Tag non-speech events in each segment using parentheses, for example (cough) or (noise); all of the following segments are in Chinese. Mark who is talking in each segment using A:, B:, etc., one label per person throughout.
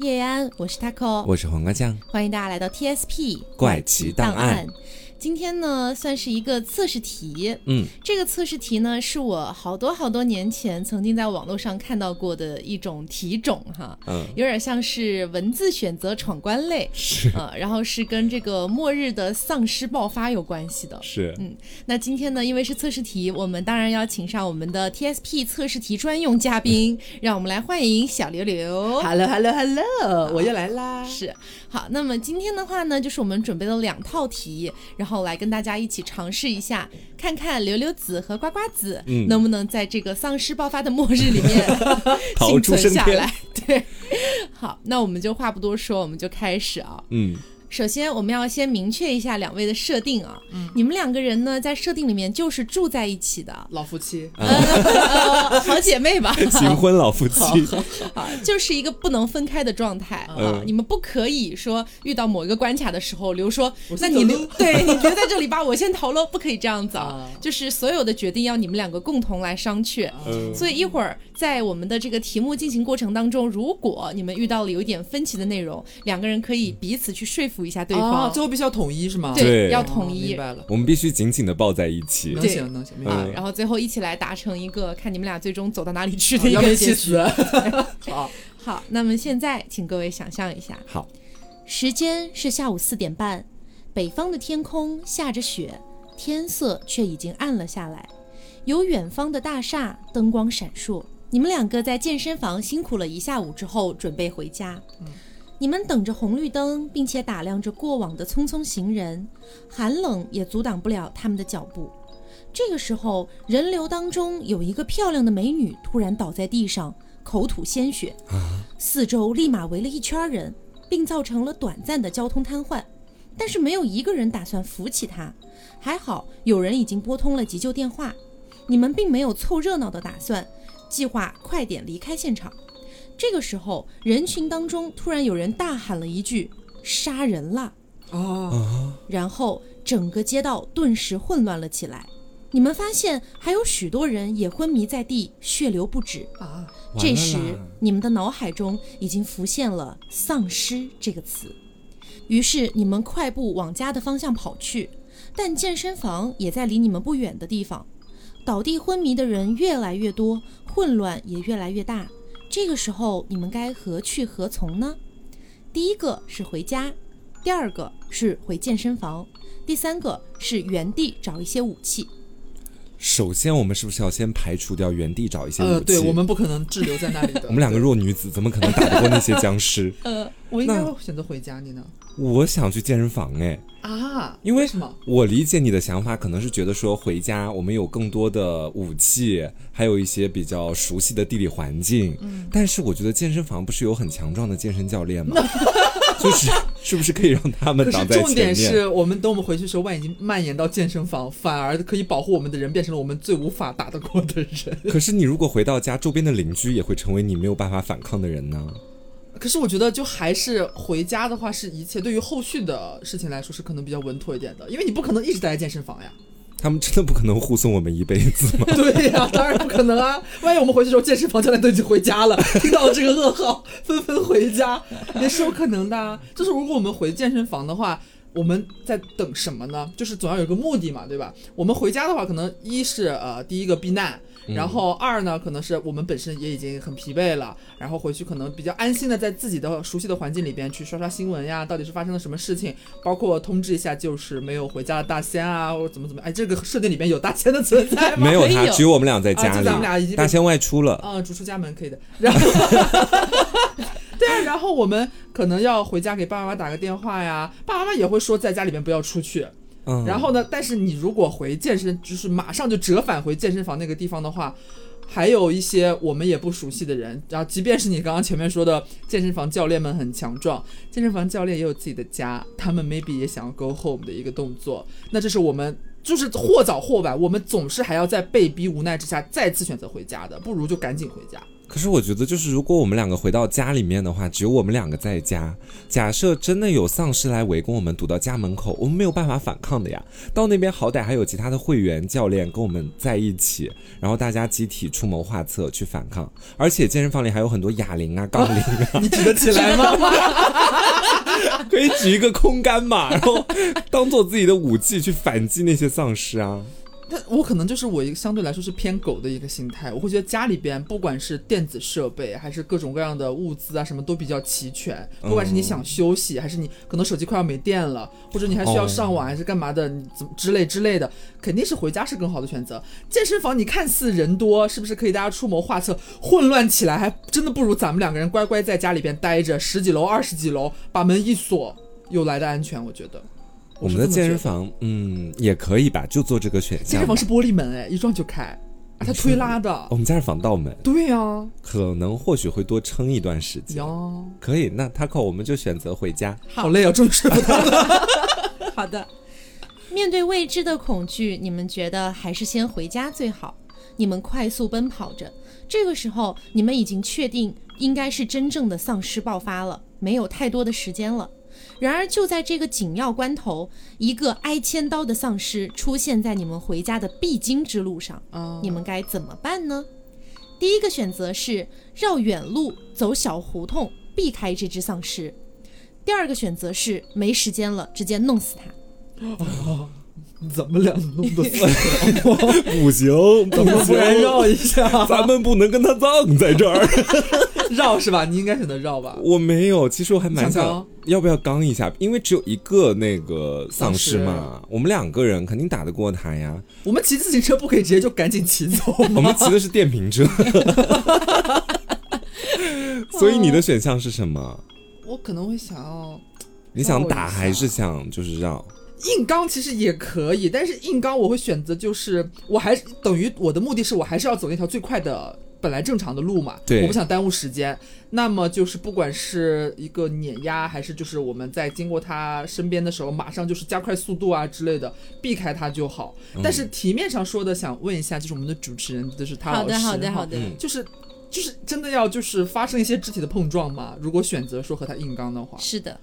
A: 叶安，我是 Taco，
B: 我是黄瓜酱，
A: 欢迎大家来到 TSP
B: 怪奇档案。
A: 今天呢，算是一个测试题。
B: 嗯，
A: 这个测试题呢，是我好多好多年前曾经在网络上看到过的一种题种哈，
B: 嗯，
A: 有点像是文字选择闯关
B: (laughs)
A: 类，
B: 是
A: 呃，然后是跟这个末日的丧尸爆发有关系的。
B: 是，
C: 嗯
A: 那今天呢，因为是测试题，我们当然要请上我们的 TSP 测试题专用嘉
B: (laughs)
A: 宾，让我们来欢迎小刘刘。
C: Hello Hello Hello，我又来啦！。
A: 是好，那么今天的话呢，就是我们准备了两套题，然后来跟大家一起尝试一下，看看刘刘子和呱呱子、
B: 嗯
A: 能不能在这个丧尸爆发的末日里
B: (laughs)
A: 面
B: 逃
A: 幸
B: 出
A: 存
B: 生
A: 下
B: 天
A: 来。对，好，那我们就话不多说，我们就开始啊。
B: 嗯，
A: 首先，我们要先明确一下两位的设定啊，你们两个人呢，在设定里面就是住在一起的
C: 老夫妻，
B: 嗯
A: 呃， (laughs) 好姐妹吧，
B: (laughs) 新婚老夫妻，
A: 啊，就是一个不能分开的状态、啊
B: 嗯！
A: 你们不可以说遇到某一个关卡的时候，刘说
C: 我：“
A: 那
C: 先
A: 你
C: 走
A: 留
C: 喽
A: 对你留在这里吧， (laughs) 我先逃喽。”不可以这样子啊
C: 啊！
A: 就是所有的决定要你们两个共同来商榷。
B: 嗯
A: 所以一会儿在我们的这个题目进行过程当中，如果你们遇到了有一点分歧的内容，两个人可以彼此去说服一下对方
C: 哦，，最后必须要统一是吗？
A: 对，
B: 对
A: 要
C: 哦
A: 统一
C: 明。白了，
B: 我们必须紧紧的抱在一起
C: 能。
A: 对
C: 行能行，明白
A: 啊
C: 了，，
A: 然后最后一起来达成一个看你们俩最终走到哪里去的
C: 哦
A: 一
C: 要不
A: 个
C: 一
A: 结局。
C: 起死。好，
A: 好，那么现在请各位想象一下，
B: 好，
A: 时间是下午四点半，北方的天空下着雪，天色却已经暗了下来。有远方的大厦灯光闪烁。你们两个在健身房辛苦了一下午之后，准备回家。你们等着红绿灯，并且打量着过往的匆匆行人，寒冷也阻挡不了他们的脚步。这个时候，人流当中有一个漂亮的美女突然倒在地上，口吐鲜血，四周立马围了一圈人，并造成了短暂的交通瘫痪。但是没有一个人打算扶起她，还好有人已经拨通了急救电话。你们并没有凑热闹的打算，计划快点离开现场。这个时候，人群当中突然有人大喊了一句：“杀人了！”
B: 嗯
C: 哦，
A: 然后整个街道顿时混乱了起来。你们发现还有许多人也昏迷在地，血流不止。
C: 啊，
A: 这时，你们的脑海中已经浮现了“丧尸”这个词，于是你们快步往家的方向跑去。但健身房也在离你们不远的地方，倒地昏迷的人越来越多，混乱也越来越大。这个时候，你们该何去何从呢？第一个是回家，第二个是回健身房，第三个是原地找一些武器。
B: 首先我们是不是要先排除掉原地找一些武
C: 呃，
B: 器？
C: 对我们不可能滞留在那里的，
B: 我们两个弱女子怎么可能打得过那些僵
C: (laughs)
B: 尸？
A: 呃，
C: 我应该
B: 那
C: 会选择回家，你呢？
B: 我想去健身房哎，
C: 啊，
B: 因为
C: 什么？
B: 我理解你的想法，可能是觉得说回家我们有更多的武器，还有一些比较熟悉的地理环境。嗯，但是我觉得健身房不是有很强壮的健身教练
C: (laughs)
B: 吗？就是是不是可以让他们
C: 可是
B: 挡在
C: 重
B: 前
C: 点
B: 面？
C: 是我们等我们回去的时候，万一已经蔓延到健身房，反而可以保护我们的人变成了我们最无法打得过的人。
B: 可是你如果回到家，周边的邻居也会成为你没有办法反抗的人呢。
C: (laughs) 可是我觉得，就还是回家的话，是一切对于后续的事情来说是可能比较稳妥一点的，因为你不可能一直待在健身房呀。
B: 他们真的不可能护送我们一辈子吗？
C: (laughs) 对呀、当然不可能啊！万一我们回去之后，健身房教练都已经回家了， (laughs) 听到了这个噩耗，纷纷回家，也是有可能的、啊。就是如果我们回健身房的话，我们在等什么呢？就是总要有一个目的嘛，对吧？我们回家的话，可能一是呃第一个避难，然后二呢可能是我们本身也已经很疲惫了，然后回去可能比较安心的在自己的熟悉的环境里边去刷刷新闻呀，到底是发生了什么事情，包括通知一下就是没有回家的大仙啊，或者怎么怎么，哎，这个设定里面有大仙的存在吗？
B: 没有
A: 可以
B: 他，
A: 有
B: 只有我们俩在家
C: 啊就
B: 里。
C: 咱们俩已经被
B: 大仙外出了，
C: 啊，逐出家门可以的。然
B: (laughs)
C: 后，对啊，然后我们可能要回家给爸爸妈妈打个电话呀，爸爸妈妈也会说在家里面不要出去。
B: 嗯，
C: 然后呢，但是你如果回健身，就是马上就折返回健身房那个地方的话。还有一些我们也不熟悉的人，然后即便是你刚刚前面说的健身房教练们很强壮，健身房教练也有自己的家，他们 maybe 也想要 go home 的一个动作，那这是我们就是 (laughs) 或早或晚，我们总是还要在被逼无奈之下再次选择回家的，不如就赶紧回家。
B: 可是我觉得，就是如果我们两个回到家里面的话，只有我们两个在家。假设真的有丧尸来围攻我们，堵到家门口，我们没有办法反抗的呀。到那边好歹还有其他的会员、教练跟我们在一起，然后大家集体出谋划策去反抗。而且健身房里还有很多哑铃啊、杠铃啊，
C: 你举得起来吗？
B: 可以举一个空杆嘛，然后当做自己的武器去反击那些丧尸啊。
C: 但我可能就是我一个相对来说是偏狗的一个心态，我会觉得家里边不管是电子设备还是各种各样的物资啊，什么都比较齐全。不管是你想休息，还是你可能手机快要没电了，或者你还需要
B: 哦
C: 上网，还是干嘛的，你怎么之类之类的，肯定是回家是更好的选择。健身房你看似人多，是不是可以大家出谋划策，混乱起来，还真的不如咱们两个人乖乖在家里边待着，十几楼、二十几楼，把门一锁，有来的安全。我觉得
B: 我们的健身。
C: 是这么觉得
B: 房，嗯，也可以吧，就做这个选项吧。
C: 健身房是玻璃门，哎，一撞就开，啊它推拉的。
B: 我们家是防盗门，
C: 对啊呀、
B: 可能或许会多撑一段时间。
C: 呀，
B: 可以，那 Taco 我们就选择回
C: (laughs)
B: 家。
C: 好累啊，终于睡不着。 (laughs)
A: 好的，
D: 面对未知的恐惧，你们觉得还是先回家最好。你们快速奔跑着，这个时候你们已经确定应该是真正的丧尸爆发了，没有太多的时间了。然而就在这个紧要关头，一个挨千刀的丧尸出现在你们回家的必经之路上，
C: 啊
D: 你们该怎么办呢？第一个选择是绕远路走小胡同，避开这只丧尸；第二个选择是没时间了，直接弄死它。
C: 怎么俩弄的？
B: 不
C: (laughs)
B: 行，
C: 怎么不然绕一下？
B: 咱们不能跟他葬在这儿。
C: (laughs) 绕是吧？你应该选择绕吧。
B: 我没有，其实我还蛮
C: 想
B: 想
C: 刚
B: 要不要刚一下，因为只有一个那个丧尸嘛，我们两个人肯定打得过他呀。
C: 我们骑自行车不可以直接就赶紧骑
B: (laughs)
C: 走
B: 我
C: 吗？
B: 们骑的是电瓶车，所以你的选项是什
C: 哦
B: 么？
C: (laughs) 我可能会想要
B: 你想打
C: 让我一下
B: 还是想就是绕？
C: 硬刚，其实也可以，但是硬刚我会选择就是，我还是等于我的目的是我还是要走那条最快的。本来正常的路嘛，
B: 对
C: 我不想耽误时间。那么就是不管是一个碾压，还是就是我们在经过他身边的时候，马上就是加快速度啊之类的，避开他就好。
B: 嗯
C: 但是题面上说的，想问一下，就是我们的主持人，就是他
A: 好
C: 老师
A: 的，
C: 哈，
A: 好的，好的。
B: 嗯
C: 就是就是真的要就是发生一些肢体的碰撞吗？如果选择说和他硬刚的话，
D: 是的，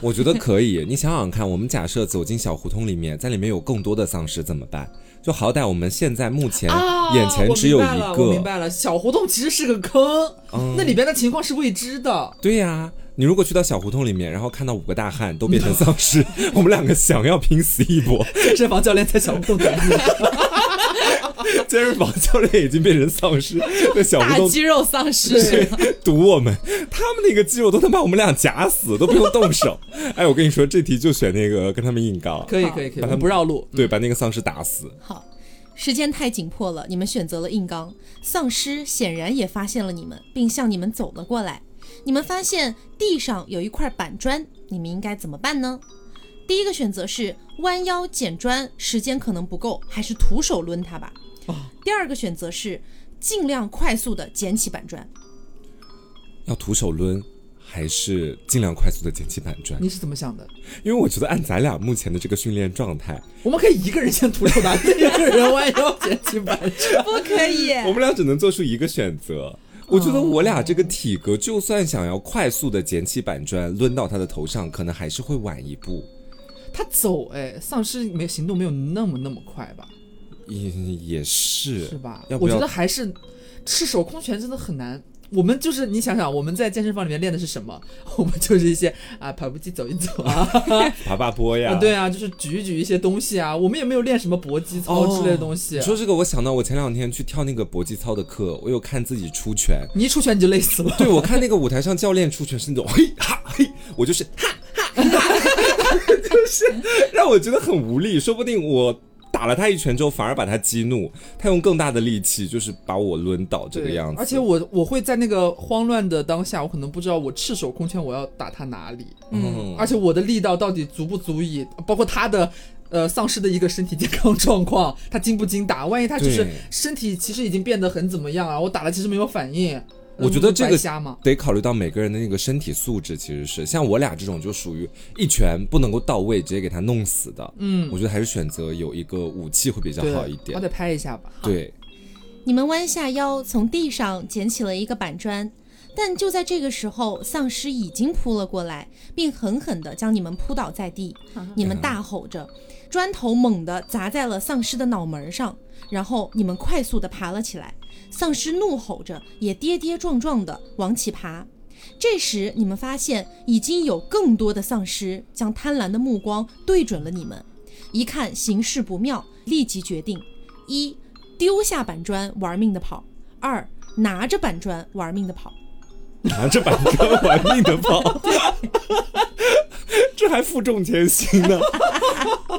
B: 我觉得可以。你想想看，我们假设走进小胡同里面，在里面有更多的丧尸怎么办？就好歹我们现在目前眼前只有一
C: 啊我明白了我明
B: 个，
C: 白了，小胡同其实是个坑，
B: 嗯
C: 那里边的情况是未知的。 (laughs)
B: 对呀、你如果去到小胡同里面，然后看到五个大汉都变成丧
C: (laughs)
B: 尸，我们两个想要拼死一搏，
C: 健身房教练在小胡同等你，
B: 健身房教练已经变成丧尸，在小胡
A: 大
B: 同
A: 肌肉丧尸，
B: 堵我们，他们那个肌肉都能把我们俩夹死，都不用动
C: (laughs)
B: 手。哎，我跟你说，这题就选那个跟他们硬刚，
C: 可以可以可以，
B: 把他
C: 我们不绕路。
B: 对，把那个丧尸打死。
D: 好，时间太紧迫了，你们选择了硬刚。丧尸显然也发现了你们，并向你们走了过来。你们发现地上有一块板砖，你们应该怎么办呢？第一个选择是弯腰捡砖，时间可能不够，还是徒手抡它吧。
A: 哦
D: 第二个选择是尽量快速的捡起板砖。
B: 要徒手抡，还是尽量快速的捡起板砖？
C: 你是怎么想的？
B: 因为我觉得按咱俩目前的这个训练状态，
C: 我们可以一个人先徒手拿，另一个人弯腰捡起板砖。
A: 不可以。
C: 哎
B: 我们俩只能做出一个选
C: 哦
B: 择。我觉得我俩这个体格，就算想要快速的捡起板砖抡到他的头上，可能还是会晚一步，
C: (laughs) 他走，哎，丧尸没行动没有那么那么快吧？
B: 也也是
C: 是吧？
B: 要不
C: 我
B: 要
C: 觉得还是赤手空拳真的很难。我们就是你想想，我们在健身房里面练的是什么？ (laughs) 我们就是一些啊跑步机走一走啊，
B: 爬爬坡呀？
C: 啊对啊，就是举一举一些东西啊。我们也没有练什么搏击操之类的东西。
B: 哦你说这个，我想到我前两天去跳那个搏击操的课，我有看自己出拳。
C: 你一出拳你就累死了。
B: 对，我看那个舞台上教练出拳是那种嘿哈嘿，我就是哈哈哈，就是让我觉得很无力。说不定我打了他一拳之后，反而把他激怒，他用更大的力气就是把我抡倒 (laughs) 这个样子。
C: 而且我我会在那个慌乱的当下，我可能不知道我赤手空拳我要打他哪里，
B: 嗯，
C: 而且我的力道到底足不足以，包括他的。呃，丧尸的一个身体健康 (laughs) 状况，他经不经打？万一他就是
B: 对
C: 身体其实已经变得很怎么样啊？我打了其实没有反应，
B: 我觉得这
C: 那
B: 个
C: 不白瞎吗？
B: 得考虑到每个人的那个身体素质，其实是像我俩这种就属于一拳不能够到位，直接给他弄死的。嗯，我觉得还是选择有一个武器会比较
C: 对，
B: 好一点
C: 我。得拍一下吧。
B: 对，
A: 你们弯下腰从地上捡起了一个板砖，但就在这个时候，丧尸已经扑了过来，并狠狠地将你们扑倒在地。你们大吼着，砖头猛地砸在了丧尸的脑门上，然后你们快速地爬了起来。丧尸怒吼着，也跌跌撞撞地往起爬。这时，你们发现已经有更多的丧尸将贪婪的目光对准了你们。一看形势不妙，立即决定：一、丢下板砖玩命的跑；二、拿着板砖玩命的跑。
B: 拿着板砖玩命的
C: (laughs)
B: 跑，这还负重前行呢。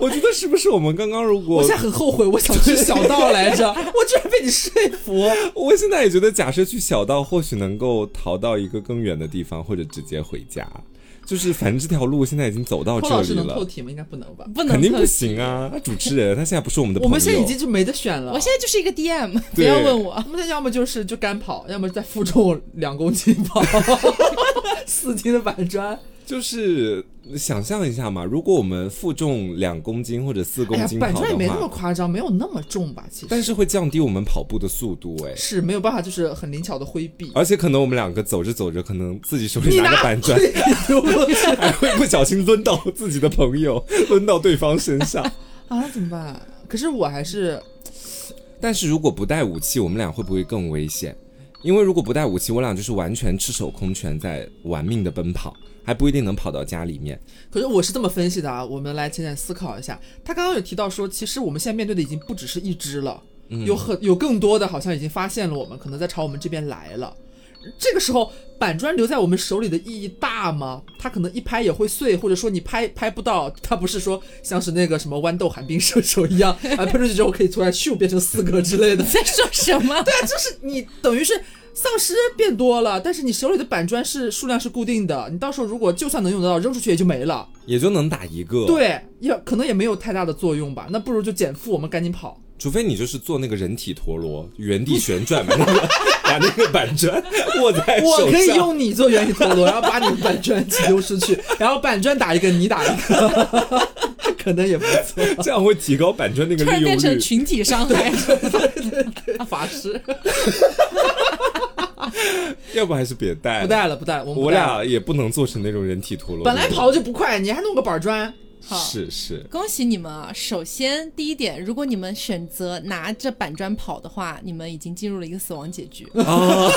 B: 我觉得是不是我们刚刚如果
C: 我现在很后悔，我想去小道来着， (laughs) 我居然被你说服。
B: 我现在也觉得，假设去小道，或许能够逃到一个更远的地方，或者直接回家。就是反正这条路现在已经走到
C: 寇老
B: 这
C: 师
B: 里
C: 能透
B: 了，
C: 题吗？应该不能吧？
E: 不能
B: 肯定不
E: 客气。
B: 行啊！主持人他现在不是我们的朋
C: 我
B: 友，
C: 们现在已经就没得选了。
E: 我现在就是一个 DM，不
A: (laughs)
B: 对
E: 要问我。
C: 我们现在要么就是就干跑，要么再负重两公斤跑， (laughs) 四斤的板砖。
B: 就是想象一下嘛，如果我们负重两公斤或者四
C: 哎
B: 公
C: 呀
B: 斤，跑
C: 板
B: 的话，
C: 砖也没那么夸张，没有那么重吧？其实，
B: 但是会降低我们跑步的速度哎。
C: 是没有办法，就是很灵巧的挥臂。
B: 而且可能我们两个走着走着，可能自己手里拿着板砖，
C: 丢过去
B: (laughs) 还会不小心抡到自己的朋友，抡到对方身上。
C: 啊？怎么办？可是我还是
B: 但是如果不带武器，我们俩会不会更危险？因为如果不带武器，我俩就是完全赤手空拳在玩命的奔跑，还不一定能跑到家里面。
C: 可是我是这么分析的啊，我们来浅浅思考一下。他刚刚有提到说，其实我们现在面对的已经不只是一只了，
E: 嗯
C: 有很有更多的好像已经发现了我们，可能在朝我们这边来了。这个时候，板砖留在我们手里的意义大吗？它可能一拍也会碎，或者说你拍拍不到，它不是说像是那个什么豌豆寒冰射手一样，啊，喷出去之后可以突然咻变成四个之类
E: (laughs)
C: 的
E: 你。在说什么？
C: (laughs) 对啊，就是你等于是丧尸变多了，但是你手里的板砖是数量是固定的，你到时候如果就算能用得到，扔出去也就没了。
B: 也就能打一个，，
C: 对，也可能也没有太大的作用吧。那不如就减负，我们赶紧跑。
B: 除非你就是做那个人体陀螺，原地旋转，把那个把那个板砖 (laughs) 握在哎手
C: 我
B: 上，
C: 可以用你做原地陀螺，然后把你的板砖一起丢出去，然后板砖打一个，你打一个， (laughs) 可能也不错。
B: (laughs) 这样会提高板砖那个
E: 突
B: 利
E: 然
B: 用
E: 变成
B: 率。
E: 群体伤害，
A: (laughs)
C: 法师
B: 要不还是别带，
C: 不，带了，不带了，我们不
B: 我
C: 带了
B: 俩也不能做成那种人体陀螺。
C: 本来跑就不快，你还弄个板砖，
E: 好
B: 是 (laughs) 是，
E: 恭喜你们啊！首先，第一点，如果你们选择拿着板砖跑的话，你们已经进入了一个死亡结 (laughs) 局。
B: 哦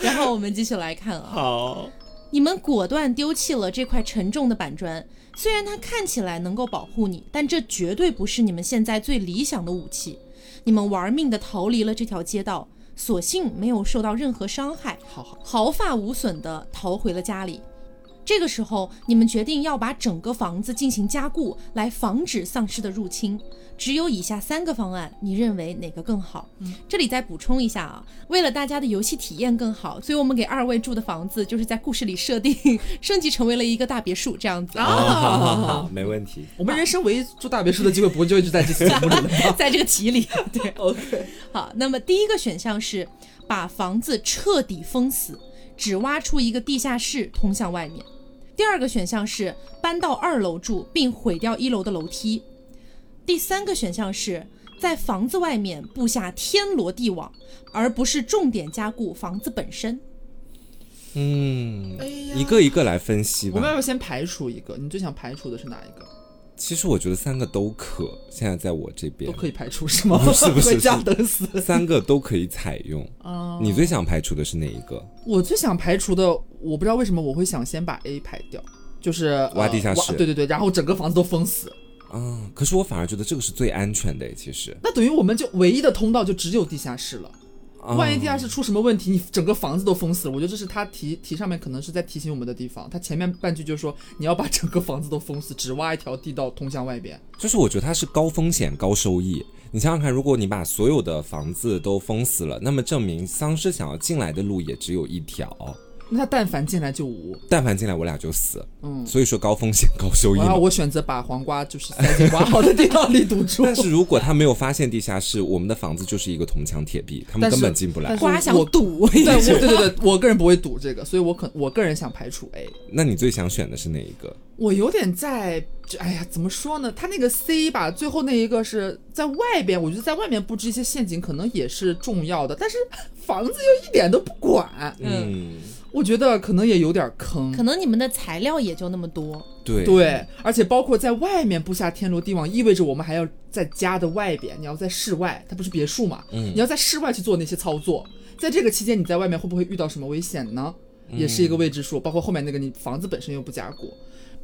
E: 然后我们继续来看啊，
B: 好，
A: 你们果断丢弃了这块沉重的板砖，虽然它看起来能够保护你，但这绝对不是你们现在最理想的武器。你们玩命地逃离了这条街道，所幸没有受到任何伤害，
C: 好好。
A: 毫发无损地逃回了家里。这个时候，你们决定要把整个房子进行加固，来防止丧尸的入侵。只有以下三个方案，你认为哪个更好？这里再补充一下啊，为了大家的游戏体验更好，所以我们给二位住的房子就是在故事里设定 (laughs) 升级成为了一个大别墅这样子。
B: 好好好好，没问题。
C: 我们人生唯一住大别墅的机会，不就一直在这次节目里了吗
A: 在这个题里，对，
C: ？OK，
A: 好，那么第一个选项是把房子彻底封死，只挖出一个地下室通向外面。第二个选项是搬到二楼住，并毁掉一楼的楼梯。第三个选项是在房子外面布下天罗地网，而不是重点加固房子本身。
B: 嗯，
C: 哎呀
B: 一个一个来分析
C: 我们要
B: 吧。
C: 不要先排除一个？你最想排除的是哪一个？
B: 其实我觉得三个都可，现在在我这边
C: 都可以排除是吗？
B: 不是
C: (laughs)
B: 不是
C: 回家
B: 是
C: 等死
B: (laughs) 三个都可以采用。
C: 啊！
B: 你最想排除的是哪一个？
C: 我最想排除的，我不知道为什么我会想先把 A 排掉，就是呃
B: 挖地下室
C: 挖对对对，然后整个房子都封死，
B: 啊，可是我反而觉得这个是最安全的诶，其实。
C: 那等于我们就唯一的通道就只有地下室了。
B: 啊
C: 万一地下室出什么问题，你整个房子都封死了。我觉得这是他题题上面可能是在提醒我们的地方。他前面半句就说你要把整个房子都封死，只挖一条地道通向外边。
B: 就是我觉得它是高风险高收益。你想想看，如果你把所有的房子都封死了，那么证明丧尸想要进来的路也只有一条。
C: 那他但凡进来就无。
B: 但凡进来我俩就死。
C: 嗯，
B: 所以说高风险高收益
C: 然
B: 嘛
C: 后。我选择把黄瓜就是塞进挖好的地道里
B: (laughs)
C: 堵住。
B: 但是如果他没有发现地下室，我们的房子就是一个铜墙铁壁，他们
C: 但是
B: 根本进不来
C: 但。是
A: 瓜想
C: 我
A: 赌，
C: 对，我对对对，我个人不会赌这个，所以我可我个人想排除 A。
B: 那你最想选的是哪一个？
C: 我有点在，这哎呀，怎么说呢？他那个 C 吧，最后那一个是在外边，我觉得在外面布置一些陷阱可能也是重要的，但是房子又一点都不管，
B: 嗯，
C: 我觉得可能也有点坑。
D: 可能你们的材料也就那么多，
B: 对
C: 对，而且包括在外面布下天罗地网，意味着我们还要在家的外边，你要在室外，它不是别墅嘛，
B: 嗯
C: 你要在室外去做那些操作，在这个期间你在外面会不会遇到什么危险呢？
B: 嗯
C: 也是一个未知数，包括后面那个你房子本身又不加固，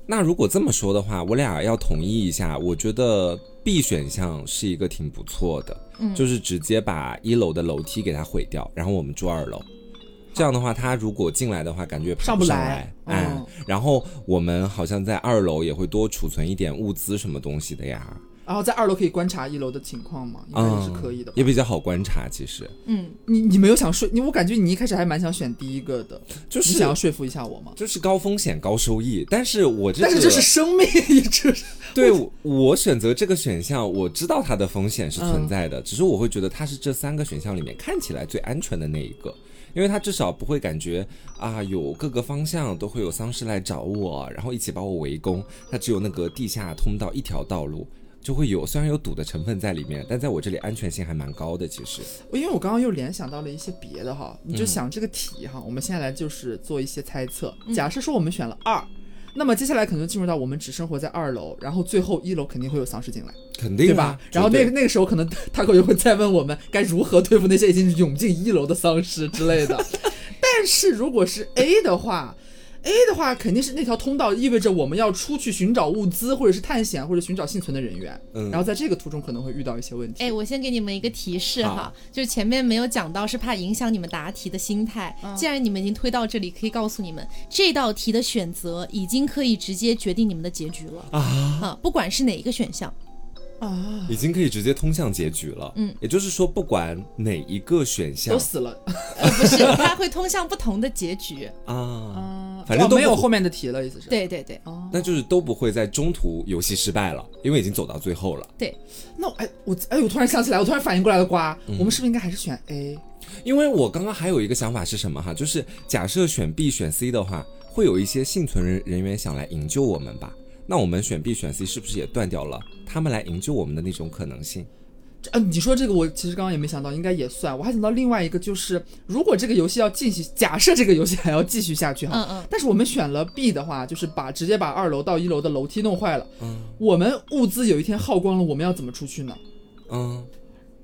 B: 那如果这么说的话，我俩要统一一下，我觉得 B 选项是一个挺不错的，
C: 嗯
B: 就是直接把一楼的楼梯给它毁掉，然后我们住二楼。这样的话，他如果进来的话，感觉爬
C: 上
B: 不
C: 不
B: 上
C: 来
B: 哎、
C: 嗯
B: 然后我们好像在二楼也会多储存一点物资什么东西的呀，
C: 然后在二楼可以观察一楼的情况嘛，
B: 嗯
C: 应该也是可以的吧。
B: 也比较好观察。其实
A: 嗯，
C: 你你没有想说你，我感觉你一开始还蛮想选第一个的，
B: 就
C: 你
B: 是
C: 想要说服一下
B: (laughs)
C: 我吗？
B: 就是高风险高收益，但是啊我这
C: 但是这是生命， (laughs) 这是
B: 对我我选择这个选项，我知道它的风险是存在
C: 嗯
B: 的，只是我会觉得它是这三个选项里面看起来最安全的那一个，因为它至少不会感觉啊有各个方向都会有丧尸来找我，然后一起把我围攻。它只有那个地下通道一条道路。就会有，虽然有赌的成分在里面，但在我这里安全性还蛮高的。其实，
C: 因为我刚刚又联想到了一些别的哈，
B: 嗯
C: 你就想这个题哈，我们现在来就是做一些猜测。
B: 嗯
C: 假设说我们选了二，那么接下来可能进入到我们只生活在二楼，然后最后一楼肯定会有丧尸进来，
B: 肯定
C: 对
B: 啊
C: 吧？然后
B: 绝
C: 那
B: 对
C: 个那个时候可能 (laughs) 他可又会再问我们该如何对付那些已经涌进一楼的丧尸之
B: (laughs)
C: 类的。但是如果是 A 的话。A 的话肯定是那条通道意味着我们要出去寻找物资，或者是探险，或者寻找幸存的人员。
B: 嗯
C: 然后在这个途中可能会遇到一些问题。
A: 哎，我先给你们一个提示哈
B: 好，
A: 就是前面没有讲到，是怕影响你们答题的心态。既然你们已经推到这里，可以告诉你们，这道题的选择已经可以直接决定你们的结局了
B: 啊，
A: 啊，不管是哪一个选项，
C: 啊，
B: 已经可以直接通向结局了。嗯，也就是说，不管哪一个选项
C: 都死了，
A: 呃，不是，它会通向不同的结局。
B: 啊，
C: 啊
B: 反正都
C: 没有
B: 不
C: 后面的题了，意思是？，
A: 对对对，
C: 哦，
B: 那就是都不会在中途游戏失败了，因为已经走到最后了。
C: 那我哎，我哎，我突然想起来，我突然反应过来了，瓜，嗯我们是不是应该还是选 A？
B: 因为我刚刚还有一个想法是什么哈，就是假设选 B 选 C 的话，会有一些幸存人人员想来营救我们吧？那我们选 B 选 C 是不是也断掉了他们来营救我们的那种可能性？
C: 这呃，你说这个，我其实刚刚也没想到，应该也算。我还想到另外一个，就是如果这个游戏要继续，假设这个游戏还要继续下去哈，
A: 嗯嗯，
C: 但是我们选了 B 的话，就是把直接把二楼到一楼的楼梯弄坏了，嗯我们物资有一天耗光了，我们要怎么出去呢？
B: 嗯，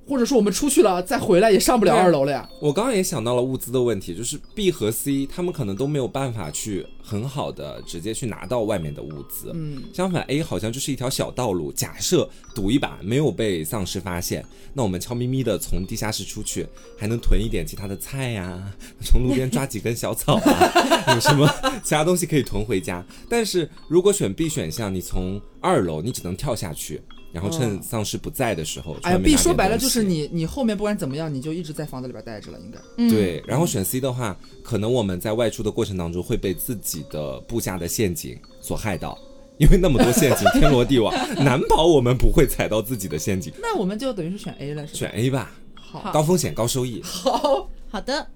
C: 或者说我们出去了再回来也上不了
B: 对啊
C: 二楼了呀？
B: 我刚刚也想到了物资的问题，就是 B 和 C 他们可能都没有办法去很好的直接去拿到外面的物资。
C: 嗯，
B: 相反，A 好像就是一条小道路。假设赌一把没有被丧尸发现，那我们悄咪咪的从地下室出去，还能囤一点其他的菜呀、 (laughs) 从路边抓几根小草啊， (laughs) 有什么其他东西可以囤回家。但是如果选 B 选项，你从二楼你只能跳下去，然后趁丧尸不在的时候，
C: 哦哎呀
B: 专门拿
C: ，B
B: 点
C: 说白了
B: 东西
C: 就是你，你后面不管怎么样，你就一直在房子里边待着了，应该。
A: 嗯
B: 对，然后选 C 的话，可能我们在外出的过程当中会被自己的布下的陷阱所害到，因为那么多陷阱，天罗地网，难保我们不会踩到自己的陷阱。
C: 那我们就等于是选 A 了，是吧？
B: 选 A 吧，
C: 好，
B: 高风险高收益。
C: 哦好，
D: 好的，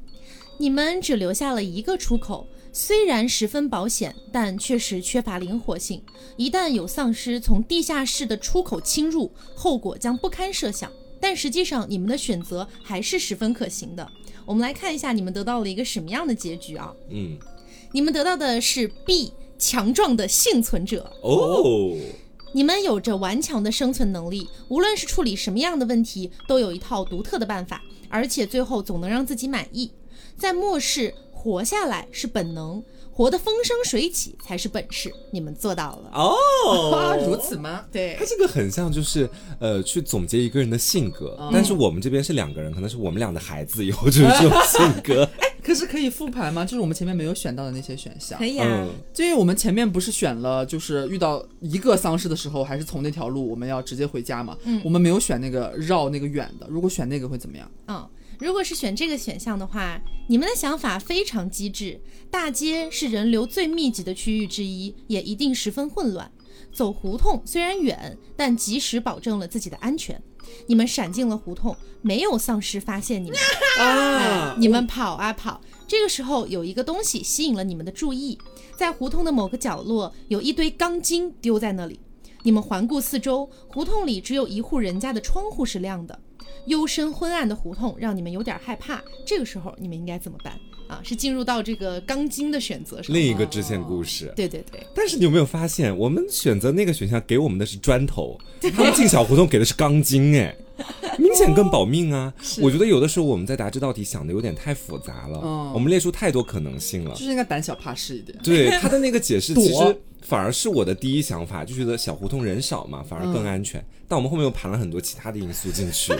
D: 你们只留下了一个出口，虽然十分保险，但确实缺乏灵活性。一旦有丧尸从地下室的出口侵入，后果将不堪设想。但实际上，你们的选择还是十分可行的。我们来看一下你们得到了一个什么样的结局啊？
B: 嗯，
D: 你们得到的是 B 强壮的幸存者。
B: 哦，
D: 你们有着顽强的生存能力，无论是处理什么样的问题，都有一套独特的办法，而且最后总能让自己满意。在末世，活下来是本能，活得风生水起才是本事。你们做到了，
C: 啊，如
B: 哦。
C: 此吗？
A: 对
B: 他，这个很像，就是呃，去总结一个人的性格，但是我们这边是两个人，可能是我们俩的孩子以后就是这种性格。
C: 可是可以复盘吗？就是我们前面没有选到的那些选项
A: 可，以啊
B: 嗯，，
C: 就因为我们前面不是选了，就是遇到一个丧尸的时候，还是从那条路我们要直接回家嘛。嗯，我们没有选那个绕那个远的，如果选那个会怎么样？
A: 嗯。如果是选这个选项的话，你们的想法非常机智。大街是人流最密集的区域之一，也一定十分混乱。走胡同虽然远，但及时保证了自己的安全。你们闪进了胡同，没有丧尸发现你们，
C: 啊，
A: 你们跑啊跑。这个时候，有一个东西吸引了你们的注意，在胡同的某个角落有一堆钢筋丢在那里。你们环顾四周，胡同里只有一户人家的窗户是亮的。幽深昏暗的胡同让你们有点害怕。这个时候，你们应该怎么办啊？是进入到这个钢筋的选择上吗？
B: 另一个支线故事。
A: 对对对，
B: 但是你有没有发现，我们选择那个选项给我们的是砖头，他们进小胡同给的是钢筋，
C: (laughs)
B: 哎，明显更保命啊！我觉得有的时候我们在答这道题想的有点太复杂了，
C: 嗯
B: 我们列出太多可能性了
C: 就。是应该胆小怕事一点。
B: 对他的那个解释，
C: 躲
B: 其实反而是我的第一想法，就觉得小胡同人少嘛，反而更安
C: 嗯
B: 全。但我们后面又盘了很多其他的因素进
C: (laughs)
B: 去，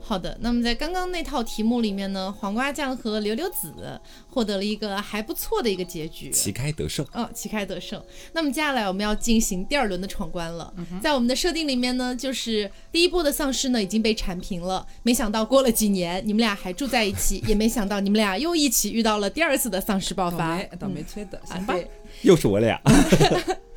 A: 好的。那么在刚刚那套题目里面呢，黄瓜酱和柳柳子获得了一个还不错的一个结局。
B: 旗开得胜。
A: 嗯，旗开得胜。那么接下来我们要进行第二轮的闯关了。
C: 嗯
A: 在我们的设定里面呢，就是第一波的丧尸呢已经被铲平了。没想到过了几年，你们俩还住在一起，也没想到你们俩又一起遇到了第二次的丧尸爆
C: 倒
A: 发。
C: 霉倒霉催的，行
A: 啊，
C: 吧。
A: 对，
B: 又是我俩，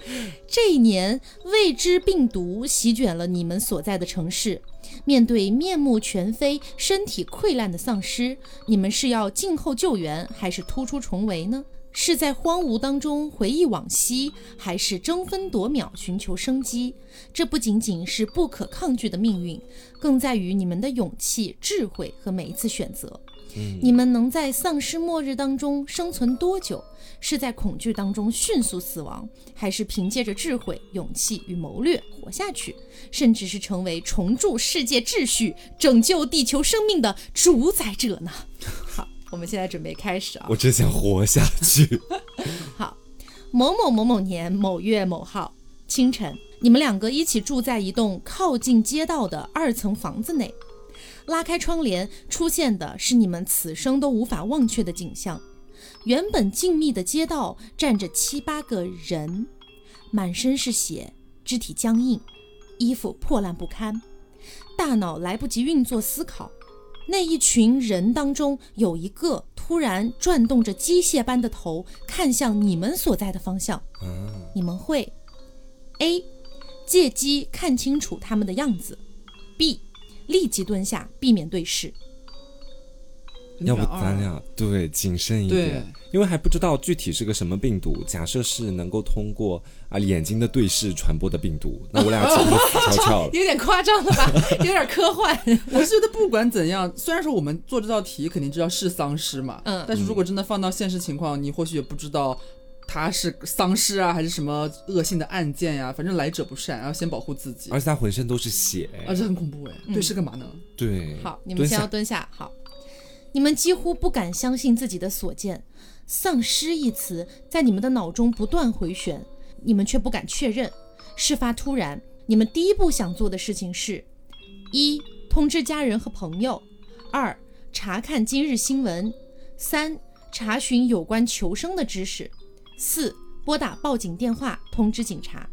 C: (laughs)
A: 这一年，未知病毒席卷了你们所在的城市。面对面目全非、身体溃烂的丧尸，你们是要静候救援，还是突出重围呢？是在荒芜当中回忆往昔，还是争分夺秒寻求生机？这不仅仅是不可抗拒的命运，更在于你们的勇气、智慧和每一次选择。你们能在丧尸末日当中生存多久？是在恐惧当中迅速死亡，还是凭借着智慧、勇气与谋略活下去，甚至是成为重铸世界秩序、拯救地球生命的主宰者呢？ (laughs) 好，我们现在准备开始啊。
B: 我只想活下去。
A: 好，某某某某年某月某号清晨，你们两个一起住在一栋靠近街道的二层房子内。拉开窗帘，出现的是你们此生都无法忘却的景象。原本静谧的街道站着七八个人，满身是血，肢体僵硬，衣服破烂不堪，大脑来不及运作思考。那一群人当中，有一个突然转动着机械般的头，看向你们所在的方向。
B: 啊，
A: 你们会：A. 借机看清楚他们的样子；B. 立即蹲下，避免对视。
B: 要不咱俩对谨慎一
C: 对
B: 点，因为还不知道具体是个什么病毒。假设是能够通过啊眼睛的对视传播的病毒，那我俩岂不是死翘
A: (laughs)
B: 翘了？
A: 有点夸张了吧？有点科幻。
C: (laughs) 我是觉得不管怎样，虽然说我们做这道题肯定知道是丧尸嘛，
A: 嗯
C: 但是如果真的放到现实情况，你或许也不知道他是丧尸啊，还是什么恶性的案件呀、反正来者不善，要先保护自己，
B: 而且他浑身都是血，
C: 啊，这很恐怖哎、对视干嘛呢？
B: 对，
A: 哦好，你们
B: 蹲
A: 先要
B: 下，
A: 嗯蹲下。好，你们几乎不敢相信自己的所见，“丧尸”一词在你们的脑中不断回旋，你们却不敢确认。事发突然，你们第一步想做的事情是：一、通知家人和朋友；二、查看今日新闻；三、查询有关求生的知识；四、拨打报警电话通知警察。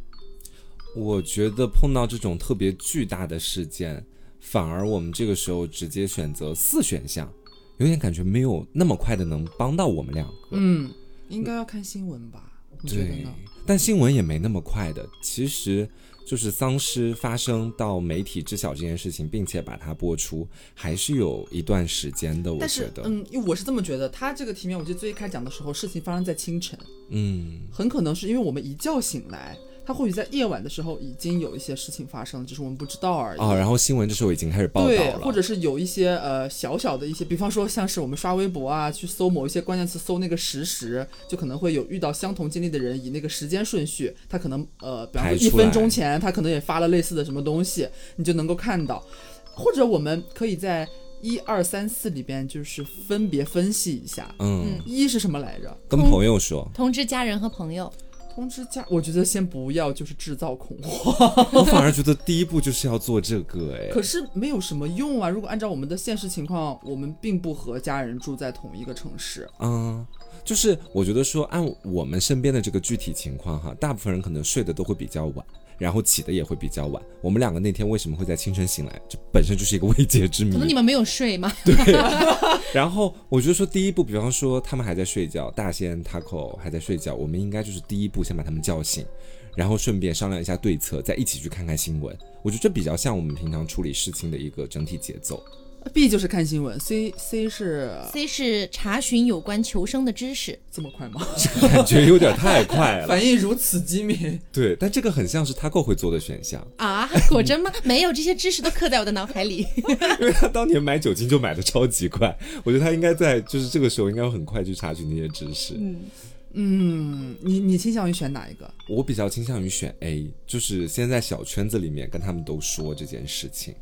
B: 我觉得碰到这种特别巨大的事件，反而我们这个时候直接选择四选项，有点感觉没有那么快的能帮到我们两个。
C: 嗯，应该要看新闻吧？你觉得
B: 对
C: 呢？，
B: 但新闻也没那么快的。其实就是丧尸发生到媒体知晓这件事情，并且把它播出，还是有一段时间的。我
C: 但
B: 觉
C: 是，
B: 得，
C: 嗯，因为我是这么觉得，他这个题面，我记得最一开始讲的时候，事情发生在清晨，
B: 嗯
C: 很可能是因为我们一觉醒来，他或许在夜晚的时候已经有一些事情发生了，只是我们不知道而已。
B: 哦，然后新闻这时候已经开始报道
C: 对，
B: 了，嗯
C: 或者是有一些呃小小的一些，比方说像是我们刷微博啊，去搜某一些关键词，搜那个实时，就可能会有遇到相同经历的人，以那个时间顺序，他可能呃，比方说
B: 排
C: 一
B: 出来
C: 分钟前，他可能也发了类似的什么东西，你就能够看到，或者我们可以在一二三四里边就是分别分析一下，
B: 嗯，
C: 一是什么来着？
B: 跟朋友
C: (laughs)
B: 说，
A: 通知家人和朋友。
C: 通知家，我觉得先不要，就是制造恐慌。
B: 我反而觉得第一步就是要做这个，哎，
C: 可是没有什么用啊！如果按照我们的现实情况，我们并不和家人住在同一个城市。
B: 嗯，就是我觉得说，按我们身边的这个具体情况哈，大部分人可能睡得都会比较晚，然后起的也会比较晚。我们两个那天为什么会在清晨醒来，这本身就是一个未解之谜
A: 可。能你们没有睡吗？
B: 然后我就说，第一步，比方说他们还在睡觉，大仙、Taco 还在睡觉，我们应该就是第一步先把他们叫醒，然后顺便商量一下对策，再一起去看看新闻。我觉得这比较像我们平常处理事情的一个整体节奏。
C: B 就是看新闻，C C 是
A: C 是查询有关求生的知识，
C: 这么快吗？
B: 感觉有点太快了，
C: (laughs) 反应如此机敏，
B: 对，但这个很像是 Taco 会做的选项，
A: 啊，果真吗？没有，这些知识都刻在我的脑海里。
B: 因为他当年买酒精就买的超级快，我觉得他应该在就是这个时候应该很快去查询那些知识。
C: 嗯，你你倾向于选哪一个？
B: 我比较倾向于选 A，就是先在小圈子里面跟他们都说这件事情。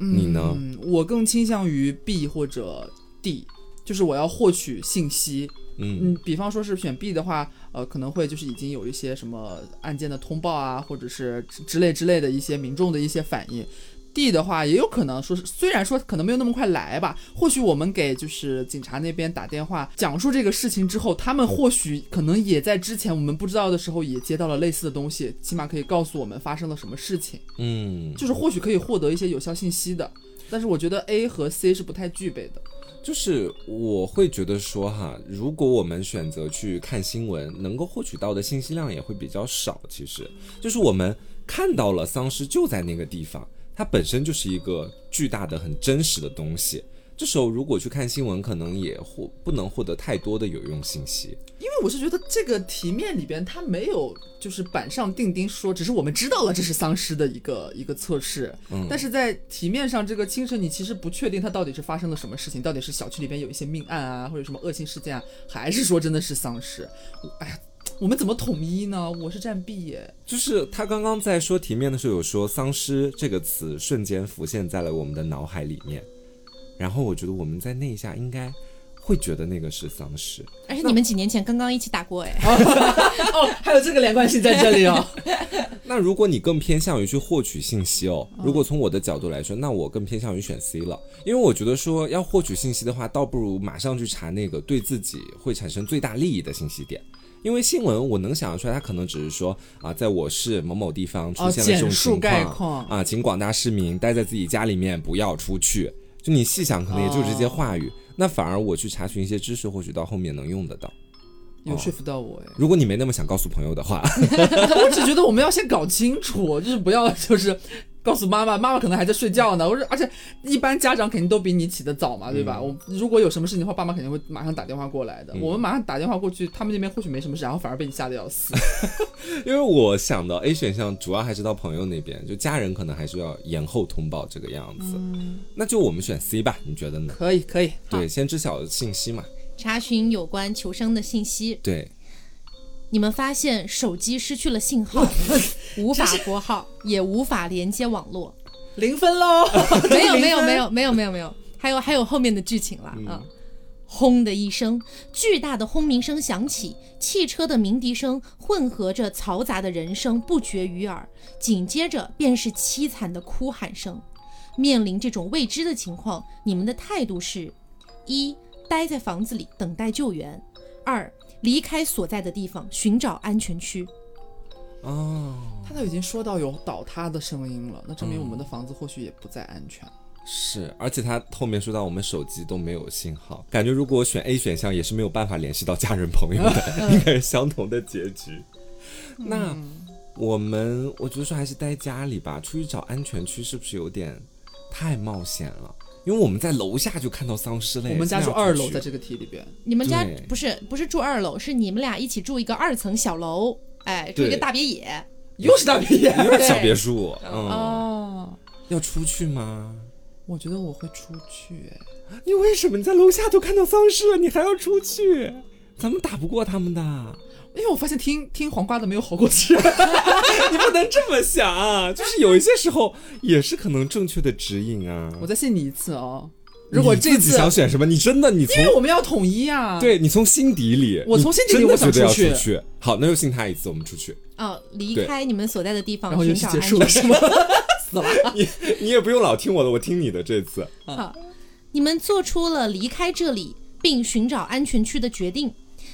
B: 你呢？
C: 嗯，我更倾向于 B 或者 D，就是我要获取信息。
B: 嗯
C: 嗯，比方说是选 B 的话，呃，可能会就是已经有一些什么案件的通报啊，或者是之之类之类的一些民众的一些反应。D 的话也有可能说是，虽然说可能没有那么快来吧，或许我们给就是警察那边打电话讲述这个事情之后，他们或许可能也在之前我们不知道的时候也接到了类似的东西，起码可以告诉我们发生了什么事情。
B: 嗯，
C: 就是或许可以获得一些有效信息的，但是我觉得 A 和 C 是不太具备的。
B: 就是我会觉得说哈，如果我们选择去看新闻，能够获取到的信息量也会比较少。其实，就是我们看到了丧尸就在那个地方，它本身就是一个巨大的、很真实的东西。这时候如果去看新闻，可能也获不能获得太多的有用信息。
C: 因为我是觉得这个题面里边它没有就是板上钉钉说，只是我们知道了这是丧尸的一个一个测试，
B: 嗯
C: 但是在题面上这个清晨你其实不确定它到底是发生了什么事情，到底是小区里边有一些命案啊，或者什么恶性事件啊，还是说真的是丧尸？我哎呀，我们怎么统一呢？我是占 B 耶， (laughs)
B: 就是他刚刚在说题面的时候有说“丧尸”这个词瞬间浮现在了我们的脑海里面，然后我觉得我们在那一下应该会觉得那个是丧尸。
A: 而且你们几年前刚刚一起打过哎，
C: 哦，还有这个连贯性在这里哦。
B: 那如果你更偏向于去获取信息哦，
C: 嗯
B: 如果从我的角度来说，那我更偏向于选 C 了，因为我觉得说要获取信息的话，倒不如马上去查那个对自己会产生最大利益的信息点。因为新闻我能想出来，它可能只是说啊，在我市某某地方出
C: 哦
B: 现了这种
C: 简述
B: 情
C: 概
B: 况，
C: 况
B: 啊，请广大市民待在自己家里面，不要出去。就你细想，可能也就是这些话语。那反而我去查询一些知识，或许到后面能用得到。
C: 有说服到我哎，
B: 如果你没那么想告诉朋友的话，
C: (laughs) 我只觉得我们要先搞清楚，就是不要就是告诉妈妈，妈妈可能还在睡觉呢。我说，而且一般家长肯定都比你起得早嘛，对吧？我如果有什么事情的话，爸妈肯定会马上打电话过来的。我们马上打电话过去，他们那边或许没什么事，然后反而被你吓得要死。
B: 因为我想到 A 选项主要还是到朋友那边，就家人可能还是要延后通报这个样子。
C: 嗯
B: 那就我们选 C 吧，你觉得呢？
C: (laughs) 可以，可以，
B: 对，先知晓信息嘛。
A: 查询有关求生的信息。
B: 对，
A: 你们发现手机失去了信号，无法拨号，也无法连接网络。
C: 零分 (laughs) 喽。
A: 没有没有没有没有没有没有，还有还有后面的剧情了啊！轰的一声，巨大的轰鸣声响起，汽车的鸣笛声混合着嘈杂的人声不绝于耳，紧接着便是凄惨的哭喊声。面临这种未知的情况，你们的态度是：一、待在房子里等待救援；二、离开所在的地方寻找安全区。
B: 哦，
C: 他都已经说到有倒塌的声音了，那证明我们的房子或许也不再安全。
B: 是，而且他后面说到我们手机都没有信号，感觉如果我选 A 选项也是没有办法联系到家人朋友
C: (laughs)
B: 的，应该是相同的结局。
C: 嗯
B: 那我们我觉得说还是待家里吧，出去找安全区是不是有点太冒险了？因为我们在楼下就看到丧尸了耶，
C: 我们家
B: 现
C: 住
B: 在要
C: 二
B: 出
C: 楼，
B: 去
C: 在这个题里边，
A: 你们家
B: 对
A: 不是不是住二楼，是你们俩一起住一个二层小楼，哎，住一个
B: 对
A: 大别野。
C: 又是大鼻眼。
B: 因为小别墅，嗯，
C: 哦，
B: 要出去吗？
C: 我觉得我会出去，哎
B: 你为什么你在楼下都看到丧尸了，你还要出去？咱们打不过他们的，
C: 因为我发现听听黄瓜的没有好过吃。
B: 你不能这么想啊！就是有一些时候也是可能正确的指引啊。
C: 我再信你一次哦。如果
B: 你
C: 这
B: 自己
C: 次，
B: 想选什么，你真的你从
C: 因为我们要统一啊。，
B: 对你从心底里，
C: 我从心底里
B: 你真的
C: 我想
B: 觉得要
C: 出去
B: 出去。好，那就信他一次，我们出去。 (laughs)
A: 哦，离
B: 对
A: 开你们所在的地方，
C: 然后游
A: 寻
C: 戏
A: 找
C: 结
A: 安
C: 束
A: 全。
C: 了是吗？死了。
B: 你你也不用老听我的，我听你的这次。
A: (laughs) 好，啊你们做出了离开这里并寻找安全区的决定，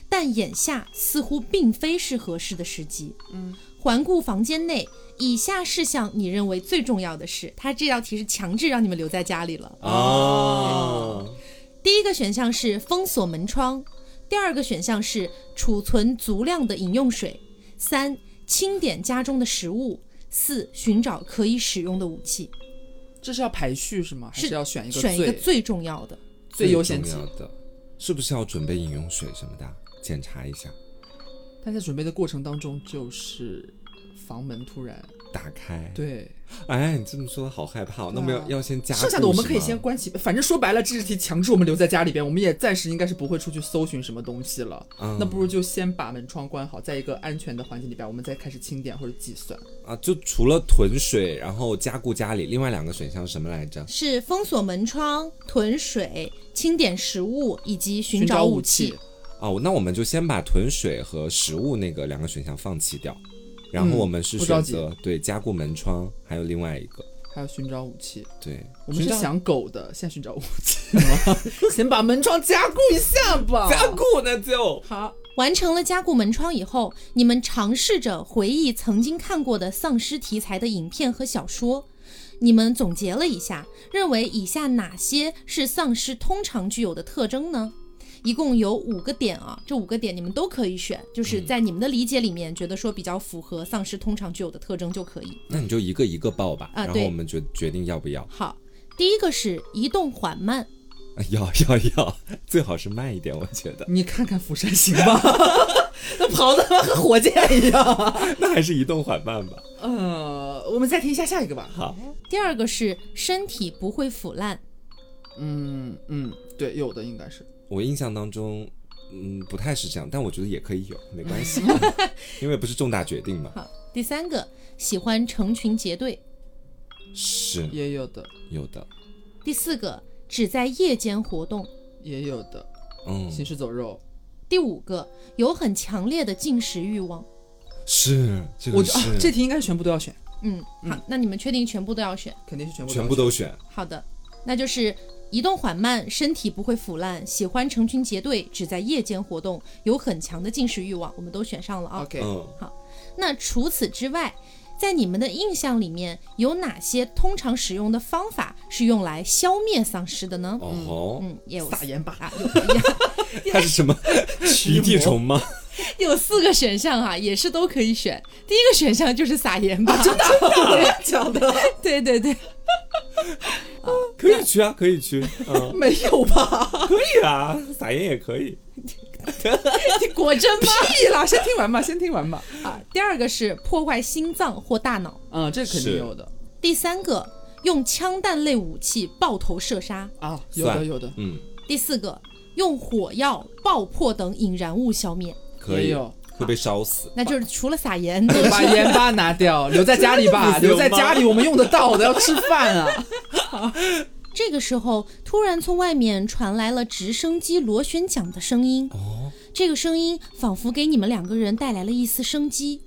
A: 但眼下似乎并非是合适的时机。嗯，环顾房间内，以下事项你认为最重要的是，它这道题是强制让你们留在家里了。
B: 哦，
A: 第一个选项是封锁门窗，第二个选项是储存足量的饮用水，三清点家中的食物，四寻找可以使用的武器，
C: 这是要排序是吗？还
A: 是
C: 是要选一个
A: 选一
C: 最
A: 个最重要的。
C: 最优先级
B: 重？要的，是不是要准备饮用水什么的？检查一下，
C: 但在准备的过程当中，就是房门突然
B: 打开。，
C: 对，啊
B: 哎，你这么说好害怕、哦。那我们要要先加。
C: 剩下的我们可以先。关起。反正说白了，这题强制我们留在家里边，我们也暂时应该是不会出去搜寻什么东西了。
B: 嗯
C: 那不如就先把门窗关好，在一个安全的环境里边，我们再开始清点或者计算。
B: 啊，就除了囤水，然后加固家里，另外两个选项是什么来着？
A: 是封锁门窗、囤水、清点食物以及寻
C: 找
A: 找武
C: 器
A: 器。，
B: 哦，那我们就先把囤水和食物那个两个选项放弃掉，然后
C: 嗯
B: 我们是
C: 不着
B: 选
C: 急
B: 择、对加固门窗，还有另外一个
C: 还有寻找武器。
B: 对。
C: 我们是
B: 寻找
C: 想狗的，现在寻找武器 (laughs) 吗？先把门窗加固一下吧。
B: 加固那就
C: 好，
A: 完成了加固门窗以后，你们尝试着回忆曾经看过的丧尸题材的影片和小说。你们总结了一下，认为以下哪些是丧尸通常具有的特征呢？一共有五个点啊，这五个点你们都可以选，就是
C: 嗯
A: 在你们的理解里面，觉得说比较符合丧尸通常具有的特征就可以。
B: 那你就一个一个报吧，
A: 啊
B: 然后
A: 对
B: 我们决决定要不要， (laughs)
A: 好，第一个是移动缓慢，
B: 要要要，最好是慢一点，我觉得。 (laughs)
C: 你看看《釜山行》 (laughs) 吧，那跑的他妈和火箭一样。啊
B: 那还是移动缓慢吧。
C: 呃，我们再听一下下一个吧。
B: 好，
A: 第二个是身体不会腐烂，
C: 嗯嗯，对，有的应该是。
B: 我印象当中，嗯，不太是这样，但我觉得也可以有，没关
C: (laughs)
B: 系，因为不是重大决定嘛。
A: 好，第三个喜欢成群结队，
B: 是
C: 也有的，
B: 有的，
A: 第四个只在夜间活动，
C: 也有的，
B: 嗯，
C: 行尸走肉。
A: 第五个有很强烈的进食欲望。
B: 是这
C: 我
B: 个
C: 觉得、啊、
B: 是
C: 这题应该是全部都要选，
A: 嗯，好，那你们确定全部都要选？
C: 肯定是全部
B: 全
C: 要
B: 部
C: 选
B: 都选。
A: 好的，那就是移动缓慢，身体不会腐烂，喜欢成群结队，只在夜间活动，有很强的进食欲望，我们都选上了啊。
C: OK，、
B: 嗯，
A: 那除此之外，在你们的印象里面，有哪些通常使用的方法是用来消灭丧尸的呢？
B: 哦吼，
A: 嗯，也有
C: 撒
B: (laughs)
C: 盐吧。
A: 啊，有
B: 它是
C: (laughs)
B: 什么鼻涕虫吗？
A: 有四个选项啊，也是都可以选。第一个选项就是撒盐吧，啊真的，
C: 讲的
A: (laughs) 对对对，
B: 可以去啊，可以去，
C: (laughs)
B: 嗯，
C: (laughs) 没有吧？
B: 可以啊，撒盐也可以。
A: 果真吗？
C: 屁啦，先听完吧，先听完吧。
A: 啊，第二个是破坏心脏或大脑，
C: 嗯，这肯定
B: 是
C: 有的
A: 第三个用枪弹类武器爆头射杀，
C: 啊，有的
B: 算
C: 有的，
B: 嗯，
A: 第四个用火药、爆破等引燃物消灭。
B: 可
C: 也
B: 以
C: 有，
B: 会被烧死。
A: 那就是除了撒盐， (laughs)
C: 把盐巴拿掉，留在家里吧，
B: 真 (laughs) 的不行吗
C: 留在家里，我们用得到的，要吃饭啊。
A: 这个时候，突然从外面传来了直升机螺旋桨的声音。
B: 哦，
A: 这个声音仿佛给你们两个人带来了一丝生机。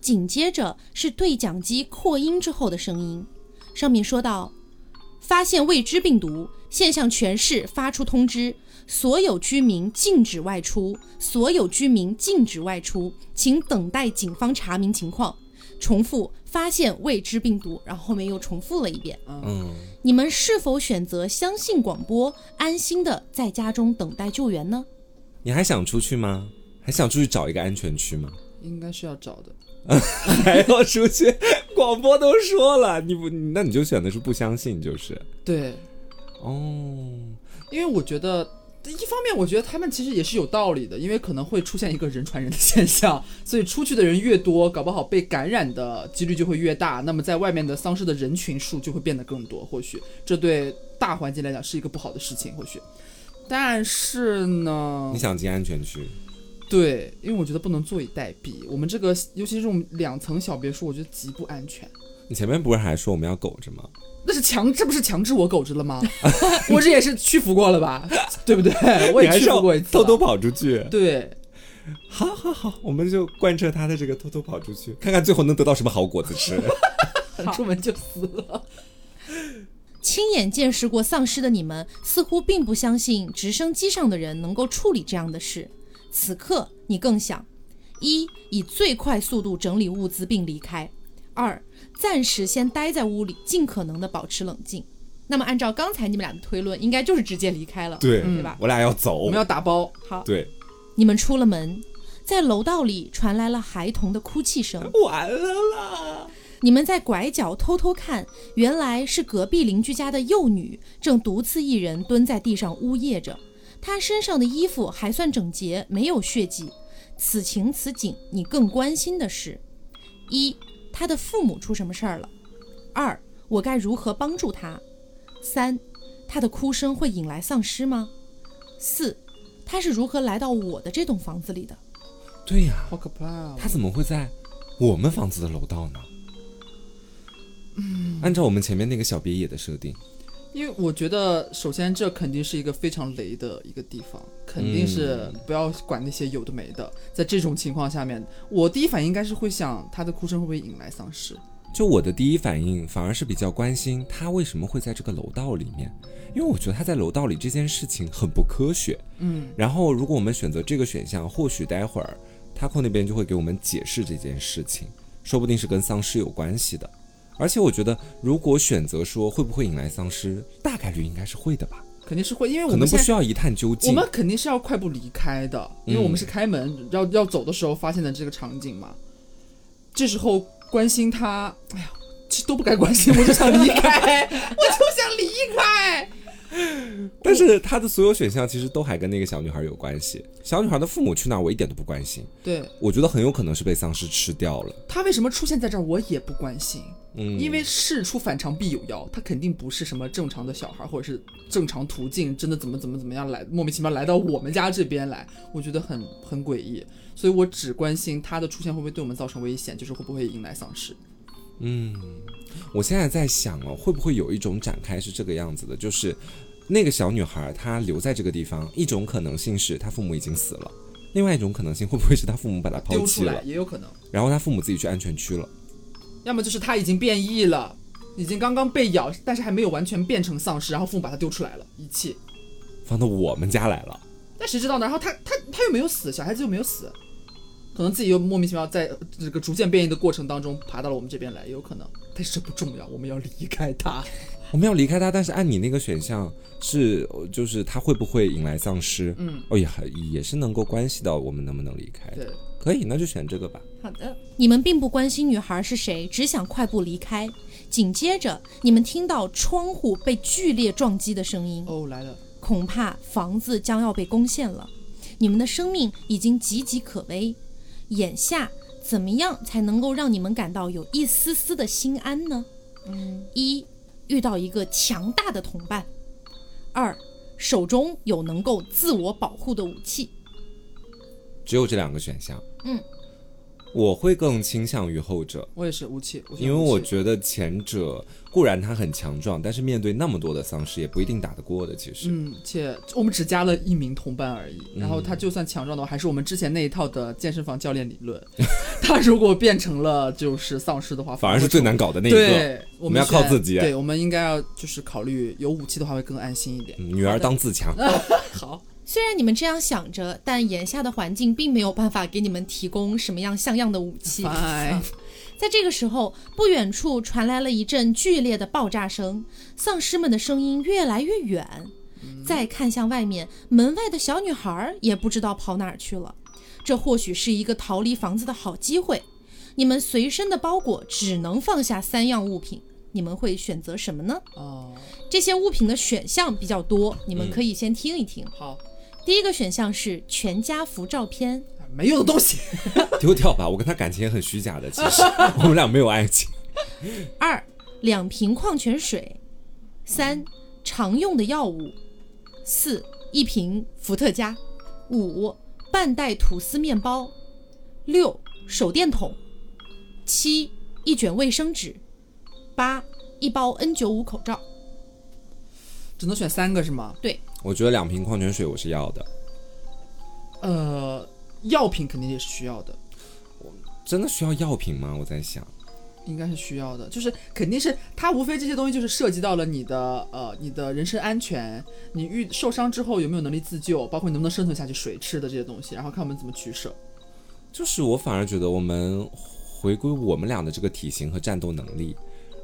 A: 紧接着是对讲机扩音之后的声音，上面说道：“发现未知病毒，现向全市发出通知，所有居民禁止外出，所有居民禁止外出，请等待警方查明情况。”重复发现未知病毒，然后后面又重复了一遍。
B: 嗯，
A: 你们是否选择相信广播，安心的在家中等待救援呢？
B: 你还想出去吗？还想出去找一个安全区吗？
C: (laughs) 应该是要找的，
B: 还要出去？广播都说了，你不，那你就选的是不相信，就是
C: 对，
B: 哦，
C: 因为我觉得。一方面，我觉得他们其实也是有道理的，因为可能会出现一个人传人的现象， (laughs) 所以出去的人越多，搞不好被感染的几率就会越大。那么在外面的丧尸的人群数就会变得更多，或许这对大环境来讲是一个不好的事情，或许。但是呢，
B: 你想进安全区？
C: 对，因为我觉得不能坐以待毙。我们这个，尤其是我们两层小别墅，我觉得极不安全。
B: 你前面不是还说我们要苟着吗？
C: 那是强，这不是强制我狗着了吗？ (laughs) 我这也是屈服过了吧，对不对？
B: (laughs)
C: 我
B: 你
C: 也
B: 还
C: 屈
B: 是
C: 服
B: 要
C: 过一次了。啊
B: 偷偷跑出去。
C: 对，
B: (laughs) 好好好，我们就贯彻他的这个偷偷跑出去，看看最后能得到什么好果子
C: (laughs)
B: 吃。
C: 出门就死了。
A: 亲眼见识过丧尸的你们，似乎并不相信直升机上的人能够处理这样的事。此刻，你更想，一以最快速度整理物资并离开；二暂时先待在屋里，尽可能的保持冷静。那么按照刚才你们俩的推论，应该就是直接离开了，
B: 对
C: 嗯
A: 对吧？
B: 我俩要走
C: (laughs) 我们，要打包，
A: 好，
B: 对，
A: 你们出了门，在楼道里传来了孩童的哭泣声。
C: 完了啦！
A: 你们在拐角偷偷看，原来是隔壁邻居家的幼女正独自一人蹲在地上呜咽着，她身上的衣服还算整洁，没有血迹。此情此景，你更关心的是：一，她的父母出什么事儿了；二，我该如何帮助她；三，她的哭声会引来丧尸吗？四，她是如何来到我的这栋房子里的？
B: 对呀、
C: 好可怕啊！
B: 他怎么会在我们房子的楼道呢？嗯，按照我们前面那个小别野的设定，
C: 因为我觉得，首先这肯定是一个非常雷的一个地方，肯定是
B: 嗯
C: 不要管那些有的没的。在这种情况下面，我第一反应应该是会想，他的哭声会不会引来丧尸？
B: 就我的第一反应反而是比较关心他为什么会在这个楼道里面，因为我觉得他在楼道里这件事情很不科学。嗯，然后如果我们选择这个选项，或许待会儿 Taco 那边就会给我们解释这件事情，说不定是跟丧尸有关系的。而且我觉得，如果选择说会不会引来丧尸，大概率应该是会的吧，
C: 肯定是会，因为我
B: 可能
C: 们
B: 不
C: 现
B: 需
C: 在
B: 要一探究
C: 我
B: 竟。
C: 们肯定是要快步离开的，因为我们是开门、要要走的时候发现的这个场景嘛。这时候关心他，哎呀，其实都不该关心，我就想离开， (laughs) 我就想离开。
B: 但是他的所有选项其实都还跟那个小女孩有关系。小女孩的父母去哪儿，我一点都不关心。
C: 对
B: 我觉得很有可能是被丧尸吃掉了。
C: 他为什么出现在这儿，我也不关心。
B: 嗯，
C: 因为事出反常必有妖，他肯定不是什么正常的小孩，或者是正常途径，真的怎么怎么怎么样来，莫名其妙来到我们家这边来，我觉得很很诡异，所以我只关心他的出现会不会对我们造成危险，就是会不会迎来丧尸。
B: 我现在在想哦，会不会有一种展开是这个样子的，就是那个小女孩她留在这个地方，一种可能性是她父母已经死了，另外一种可能性会不会是她父母把她抛
C: 丢
B: 弃
C: 出来
B: 了，
C: 也有可能，
B: 然后她父母自己去安全区了。
C: 要么就是他已经变异了，已经刚刚被咬，但是还没有完全变成丧尸，然后父母把他丢出来了，遗弃。
B: 放到我们家来了，
C: 但谁知道呢？然后他他他又没有死，小孩子又没有死，可能自己又莫名其妙在这个逐渐变异的过程当中爬到了我们这边来，也有可能。但是这不重要，我们要离开他。
B: 我们要离开她，但是按你那个选项是，呃就是她会不会引来丧尸？嗯，哦也还也是能够关系到我们能不能离开的。
C: 对，
B: 可以，那就选这个吧。
A: 好的，你们并不关心女孩是谁，只想快步离开。紧接着，你们听到窗户被剧烈撞击的声音，
C: 哦来了，
A: 恐怕房子将要被攻陷了。你们的生命已经岌岌可危，眼下怎么样才能够让你们感到有一丝丝的心安呢？嗯，一遇到一个强大的同伴，二手中有能够自我保护的武器。
B: 只有这两个选项。
A: 嗯，
B: 我会更倾向于后者，
C: 我也是无气，
B: 因为我
C: 觉
B: 觉得前者固然它很强壮，但是面对那么多的丧尸也不一定打得过的。其实，
C: 嗯，且我们只加了一名同伴而已。
B: 嗯
C: 然后他就算强壮的话，还是我们之前那一套的健身房教练理论。 (laughs) 他如果变成了就是丧尸的话，
B: 反而是最难搞的那一个。
C: 对，
B: 我
C: 我
B: 们要
C: 选
B: 靠自己啊
C: 对，我们应该要就是考虑有武器的话会更安心
B: (laughs)
C: 一点。
B: 嗯女儿当自
C: (laughs)
B: 强，
C: 好，
A: 虽然你们这样想着，但眼下的环境并没有办法给你们提供什么样像样的武器。
C: 拜。
A: 在这个时候，不远处传来了一阵剧烈的爆炸声，丧尸们的声音越来越远。再看向外面，门外的小女孩儿也不知道跑哪儿去了。这或许是一个逃离房子的好机会。你们随身的包裹只能放下三样物品，你们会选择什么呢？
C: 哦，
A: 这些物品的选项比较多，你们可以先听一听。
C: 好，
A: 第一个选项是全家福照片，
C: 没用的东西。
B: 丢掉吧。我跟她感情也很虚假的，其
C: (laughs)
B: 实我们俩没有爱情。
A: 二两瓶矿泉水，三常用的药物，四一瓶伏特加，五半袋吐司面包，六手电筒，七一卷卫生纸，八一包 N 9 5口罩。
C: 只能选三个是吗？
B: 我觉得两瓶矿泉水我是要的，
C: 呃，药品肯定也是需要的，
B: 真的需要药品吗？我在想，
C: 应该是需要的，就是肯定是它无非这些东西就是涉及到了你的呃你的人身安全，你遇受伤之后有没有能力自救，包括你能不能生存下去，水吃的这些东西，然后看我们怎么取舍。
B: 就是我反而觉得我们回归我们俩的这个体型和战斗能力，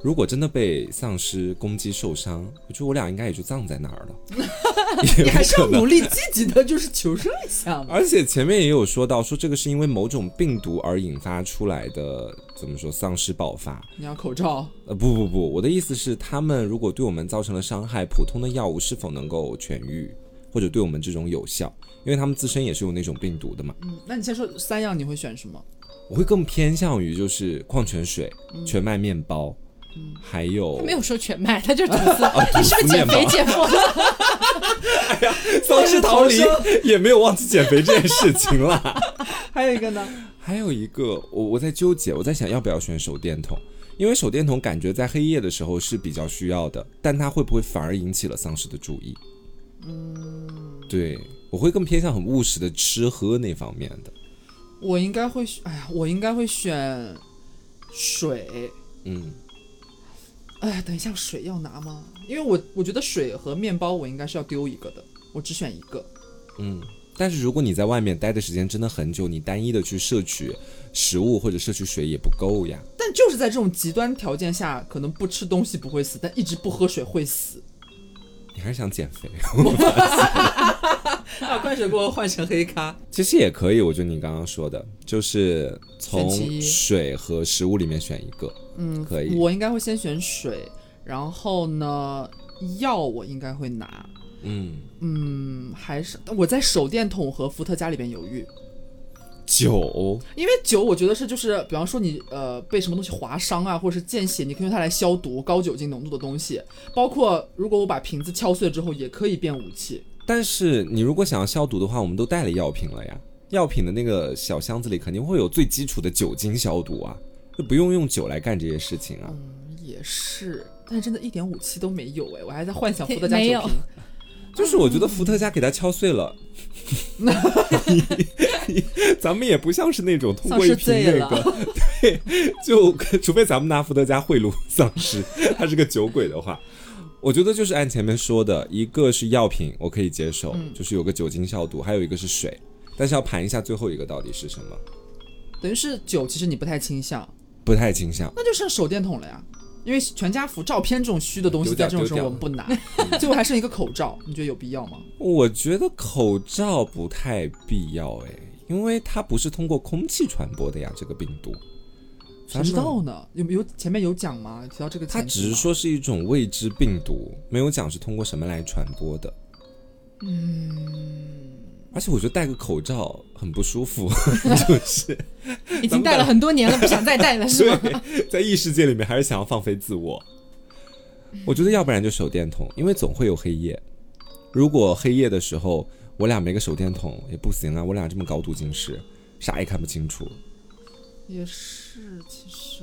B: 如果真的被丧尸攻击受伤，我觉得我俩应该也就葬在那
C: (laughs)
B: 儿了。也
C: 你还是
B: 不
C: 要
B: 可能
C: 努力积极的，就是求生一下嘛。
B: 而且前面也有说到，说这个是因为某种病毒而引发出来的，怎么说丧尸爆发？
C: 你要口罩，
B: 呃，不不不，我的意思是，他们如果对我们造成了伤害，普通的药物是否能够痊愈，或者对我们这种有效？因为他们自身也是有那种病毒的嘛。
C: 嗯，那你先说三样你会选什么？
B: 我会更偏向于就是矿泉水、全麦面包，还有
A: 他没有说全麦，他就是吐司。
B: 啊， (laughs) 吐
A: 你是不
B: 司
A: 是减
B: 面
A: 肥，
B: 包
A: 减过了？
B: (laughs) 丧尸逃离也没有忘记减肥这件事情啦。
C: 还有一个呢？
B: 还有一个，我我在纠结，我在想要不要选手电筒，因为手电筒感觉在黑夜的时候是比较需要的，但它会不会反而引起了丧尸的注意？嗯，对，我会更偏向很务实的吃喝那方面的。
C: 我应该会选，哎呀，我应该会选水。
B: 嗯，
C: 哎，等一下，水要拿吗？因为我我觉得水和面包我应该是要丢一个的，我只选一个。
B: 但是如果你在外面待的时间真的很久，你单一的去摄取食物或者摄取水也不够呀。
C: 但就是在这种极端条件下，可能不吃东西不会死，但一直不喝水会死。
B: 你还是想减肥？ (laughs)
C: 把矿啊水给我换成黑咖。
B: 其实也可以，我觉得你刚刚说的，就是
C: 选
B: 从
C: 其一
B: 水和食物里面选一个。嗯，可以。
C: 我应该会先选水，然后呢，药我应该会拿。
B: 嗯，
C: 嗯，还是我在手电筒和伏特加里边犹豫，
B: 酒。
C: 因为酒我觉得是就是，比方说你呃被什么东西划伤啊，或者是见血，你可以用它来消毒高酒精浓度的东西。包括如果我把瓶子敲碎之后，也可以变武器。
B: 但是你如果想要消毒的话，我们都带了药品了呀。药品的那个小箱子里肯定会有最基础的酒精消毒啊，就不用用酒来干这些事情啊。
C: 嗯，也是，但是真的一点武器都 (laughs) 没有哎，我还在幻想伏特加
A: 没
C: 酒
A: 有
C: 瓶。
B: 就是我觉得伏特加给它敲碎
C: (laughs)
B: 了，你你咱们也不像是那种通过一
C: 丧尸
B: 瓶
C: 醉
B: 那
C: 了
B: 个，对，就除非咱们拿伏特加贿赂丧尸，他是个酒鬼的话。我觉得就是按前面说的，一个是药品，我可以接受，
C: 嗯
B: 就是有个酒精消毒，还有一个是水，但是要盘一下最后一个到底是什么，
C: 等于是酒，其实你不太倾向，
B: 不太倾向。
C: 那就剩手电筒了呀。因为全家福照片这种虚的东西，
B: 丢掉
C: 在这种时候
B: 丢掉
C: 我们不拿，
B: (laughs)
C: 嗯最后还剩一个口罩，你觉得有必要吗？
B: 我觉得口罩不太必要哎，因为它不是通过空气传播的呀，这个病毒。
C: 谁
B: 咱
C: 知
B: 们
C: 道呢？有有前面有讲吗？有提到这个前提
B: 它
C: 吗，
B: 只是说是一种未知病毒，没有讲是通过什么来传播的。嗯，而且我觉得戴个口罩很不舒服，就是
A: 已经戴了很多年了，不想再戴了，是吗？
B: 对， (laughs) 在异世界里面还是想要放飞自我。我觉得要不然就手电筒，因为总会有黑夜。如果黑夜的时候我俩没个手电筒也不行啊，我俩这么高度近视，啥也看不清楚。
C: 也是，其实，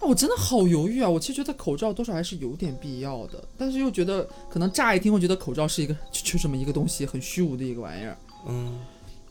C: 啊，我真的好犹豫啊！我其实觉得口罩多少还是有点必要的，但是又觉得可能乍一听会觉得口罩是一个 (laughs) 就就这么一个东西，很虚无的一个玩意儿，
B: 嗯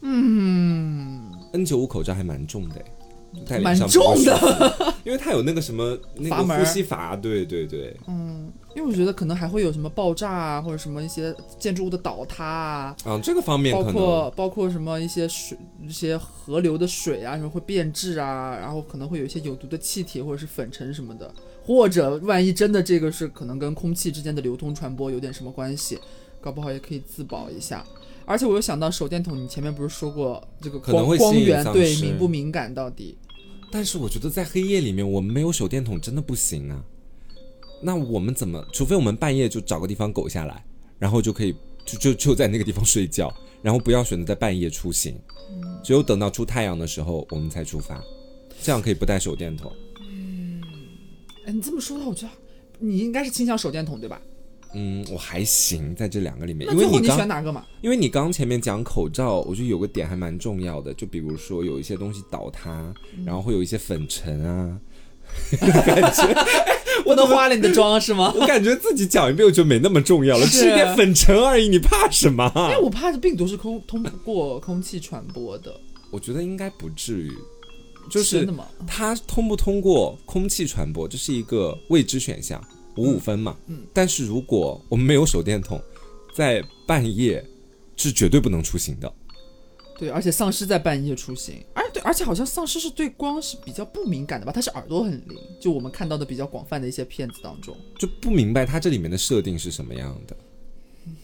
C: 嗯，
B: ，N 9 5口罩还蛮重的诶，就戴脸
C: 蛮
B: 上不
C: 重
B: 会舒服，
C: 的，
B: 因为它有那个什么那
C: 阀
B: 个
C: 门
B: 呼
C: 儿
B: 吸阀，对对对，
C: 嗯，因为我觉得可能还会有什么爆炸啊，或者什么一些建筑物的倒塌啊，
B: 啊，这个方面
C: 包
B: 可
C: 括
B: 能
C: 包括什么一些水、一些河流的水啊，什么会变质啊，然后可能会有一些有毒的气体或者是粉尘什么的，或者万一真的这个是可能跟空气之间的流通传播有点什么关系，搞不好也可以自保一下。而且我又想到手电筒，你前面不是说过这个
B: 可能
C: 光
B: 会
C: 光
B: 吸引
C: 源
B: 丧
C: 对
B: 尸
C: 敏不敏感到底？
B: 但是我觉得在黑夜里面，我们没有手电筒真的不行啊。那我们怎么？除非我们半夜就找个地方苟下来，然后就可以就就就在那个地方睡觉，然后不要选择在半夜出行。只有等到出太阳的时候，我们才出发，这样可以不带手电筒。
C: 哎，你这么说的话，我觉得你应该是倾向手电筒对吧？
B: 嗯，我还行，在这两个里面，
C: 那
B: 因
C: 最
B: 为
C: 后你
B: 刚
C: 选哪个嘛？
B: 因为你刚前面讲口罩，我觉得有个点还蛮重要的，就比如说有一些东西倒塌，然后会有一些粉尘啊。
C: 我都花了你的妆
B: (laughs)
C: 是吗？
B: 我感觉自己讲一遍，我觉得没那么重要了，
C: 是
B: 吃点粉尘而已，你怕什么？
C: 因为我怕病毒是空通过空气传播的，
B: 我觉得应该不至于，就
C: 真
B: 是
C: 的吗？
B: 它通不通过空气传播，这是一个未知选项，五五分嘛。
C: 嗯
B: 但是如果我们没有手电筒，在半夜是绝对不能出行的。
C: 对，而且丧尸在半夜出行，而对，而且好像丧尸是对光是比较不敏感的吧？它是耳朵很灵，就我们看到的比较广泛的一些片子当中，
B: 就不明白它这里面的设定是什么样的。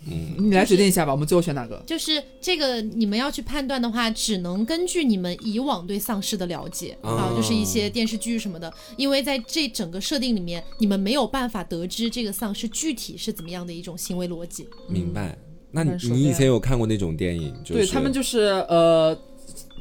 B: 嗯
C: 你来决定一下吧，我们最后选哪个？
A: 就是这个，你们要去判断的话，只能根据你们以往对丧尸的了解、啊
B: 哦，
A: 就是一些电视剧什么的，因为在这整个设定里面，你们没有办法得知这个丧尸具体是怎么样的一种行为逻辑。
B: 明
C: 嗯
B: 白？那
C: 蛮熟
B: 你
C: 的
B: 你以
C: 呀
B: 前有看过那种电影？就是、
C: 对他们就是呃，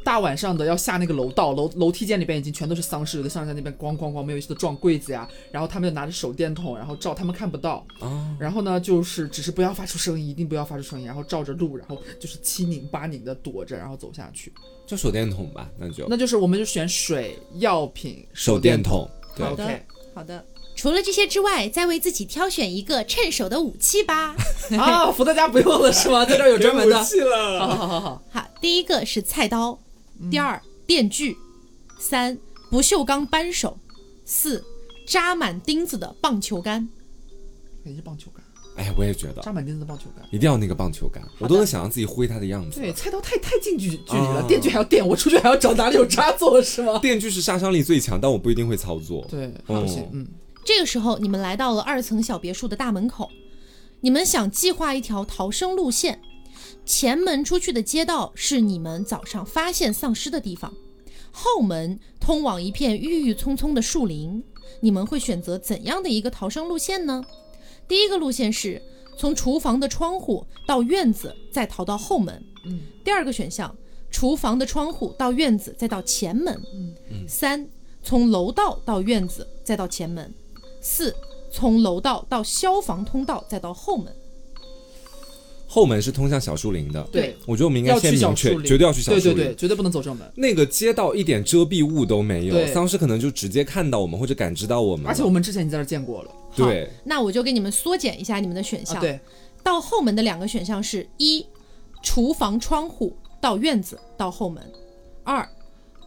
C: 大晚上的要下那个楼道，楼楼梯间里边已经全都是丧尸，有的丧尸在那边咣咣咣，没有意思的撞柜子呀，然后他们就拿着手电筒，然后照，他们看不到，
B: 啊，
C: 然后呢就是只是不要发出声音，一定不要发出声音，然后照着路，然后就是七拧八拧的躲着，然后走下去。
B: 就手电筒吧，那就
C: 那就是我们就选水、药品、
B: 手电
C: 电。
B: 筒。对，
C: 好的 OK
A: 好的。除了这些之外，再为自己挑选一个趁手的武器吧。 (laughs)
C: (laughs) 啊，伏特加不用了是 (laughs) 吗？在这儿有专门的。好好好好，
A: 好，第一个是菜刀，第二电锯，三不锈钢扳手，四扎满钉子的棒球杆。
C: 肯定是棒球杆，
B: 哎，我也觉得
C: 扎满钉子的棒球杆。
B: 一定要那个棒球杆，我都能想象自己挥它的样子。
C: 对，，菜刀太太近距距离了，
B: 啊
C: 电锯还要电，我出去还要找哪里有插座是吗？
B: 电锯是杀伤力最强，但我不一定会操作。
C: 对，
B: 哦
C: 不行，嗯，
A: 这个时候，你们来到了二层小别墅的大门口，你们想计划一条逃生路线。前门出去的街道是你们早上发现丧尸的地方，后门通往一片郁郁葱葱的树林。你们会选择怎样的一个逃生路线呢？第一个路线是从厨房的窗户到院子，再逃到后门。
C: 嗯。
A: 第二个选项，厨房的窗户到院子，再到前门。
C: 嗯
A: 三，从楼道到院子，再到前门。四，从楼道到消防通道，再到后门。
B: 后门是通向小树林的。
C: 对，
B: 我觉得我们应该
C: 要
B: 先
C: 去小
B: 明
C: 树
B: 确，
C: 林，
B: 绝对要去小树
C: 对
B: 林。
C: 对对，绝对不能走正门。
B: 那个街道一点遮蔽物都没有，
C: 对
B: 丧尸可能就直接看到我们或者感知到我们了。
C: 而且我们之前已经在这儿见过了，
B: 对
A: 那我就给你们缩减一下你们的选项。
C: 啊，，对，
A: 到后门的两个选项是一，厨房窗户到院子到后门；二，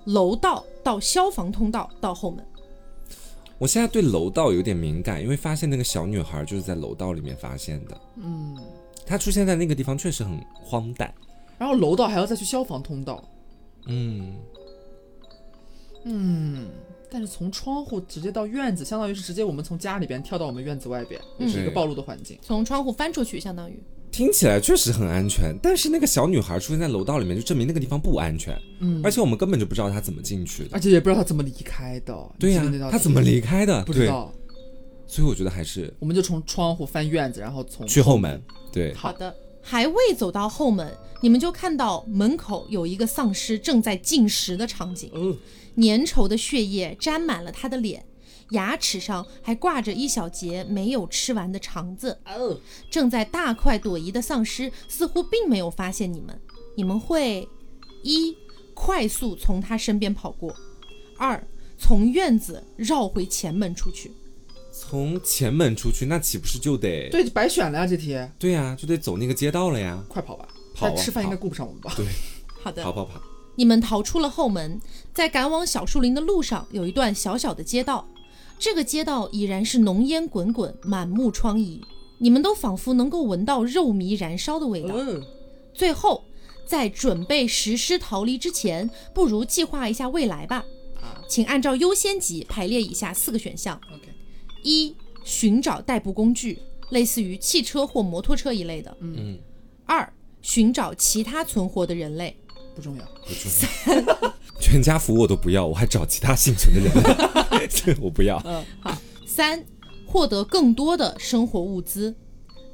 A: 楼道到消防通道到后门。
B: 我现在对楼道有点敏感，因为发现那个小女孩就是在楼道里面发现的。嗯，她出现在那个地方确实很荒诞。
C: 然后楼道还要再去消防通道，
B: 嗯，
C: 嗯但是从窗户直接到院子，相当于是直接我们从家里边跳到我们院子外边，也是一个
B: 对
C: 暴露的环境。
A: 从窗户翻出去，相当于
B: 听起来确实很安全，但是那个小女孩出现在楼道里面，就证明那个地方不安全。嗯，而且我们根本就不知道她怎么进去的。
C: 而且也不知道他怎么离开的，
B: 对呀、
C: 你记得那道
B: 她
C: 题
B: 怎么？离开的？
C: 不知
B: 对，
C: 道，
B: 所以我觉得还是
C: 我们就从窗户翻院子，然后从
B: 去后门。对，
C: 好
A: 的。还未走到后门，你们就看到门口有一个丧尸正在进食的场景，
C: 哦
A: 粘稠的血液沾满了他的脸，牙齿上还挂着一小节没有吃完的肠子。
C: 哦，
A: 正在大快朵颐的丧尸似乎并没有发现你们，你们会一快速从他身边跑过，二从院子绕回前门出去。
B: 从前门出去，那岂不是就得
C: 对，白选了呀，这题，
B: 对呀、就得走那个街道了呀？
C: 快跑吧，
B: 跑啊
C: 但吃饭应该
B: 跑
C: 顾不上我们吧？
A: 好的，
B: 跑跑跑！
A: 你们逃出了后门，在赶往小树林的路上，有一段小小的街道。这个街道已然是浓烟滚滚，满目疮痍，你们都仿佛能够闻到肉糜燃烧的味
B: 啊
A: 道。
C: 嗯，
A: 最后，在准备实施逃离之前，不如计划一下未来吧。
C: 啊
A: 请按照优先级排列以下四个选项：
C: ，OK，
A: 一、寻找代步工具，类似于汽车或摩托车一类的；
B: 嗯，
A: 二、寻找其他存活的人类；
C: 不重要。
B: 不重要。全家福我都不要，我还找其他幸存的人， (laughs) 这我不要。
C: 嗯
A: 三，获得更多的生活物资；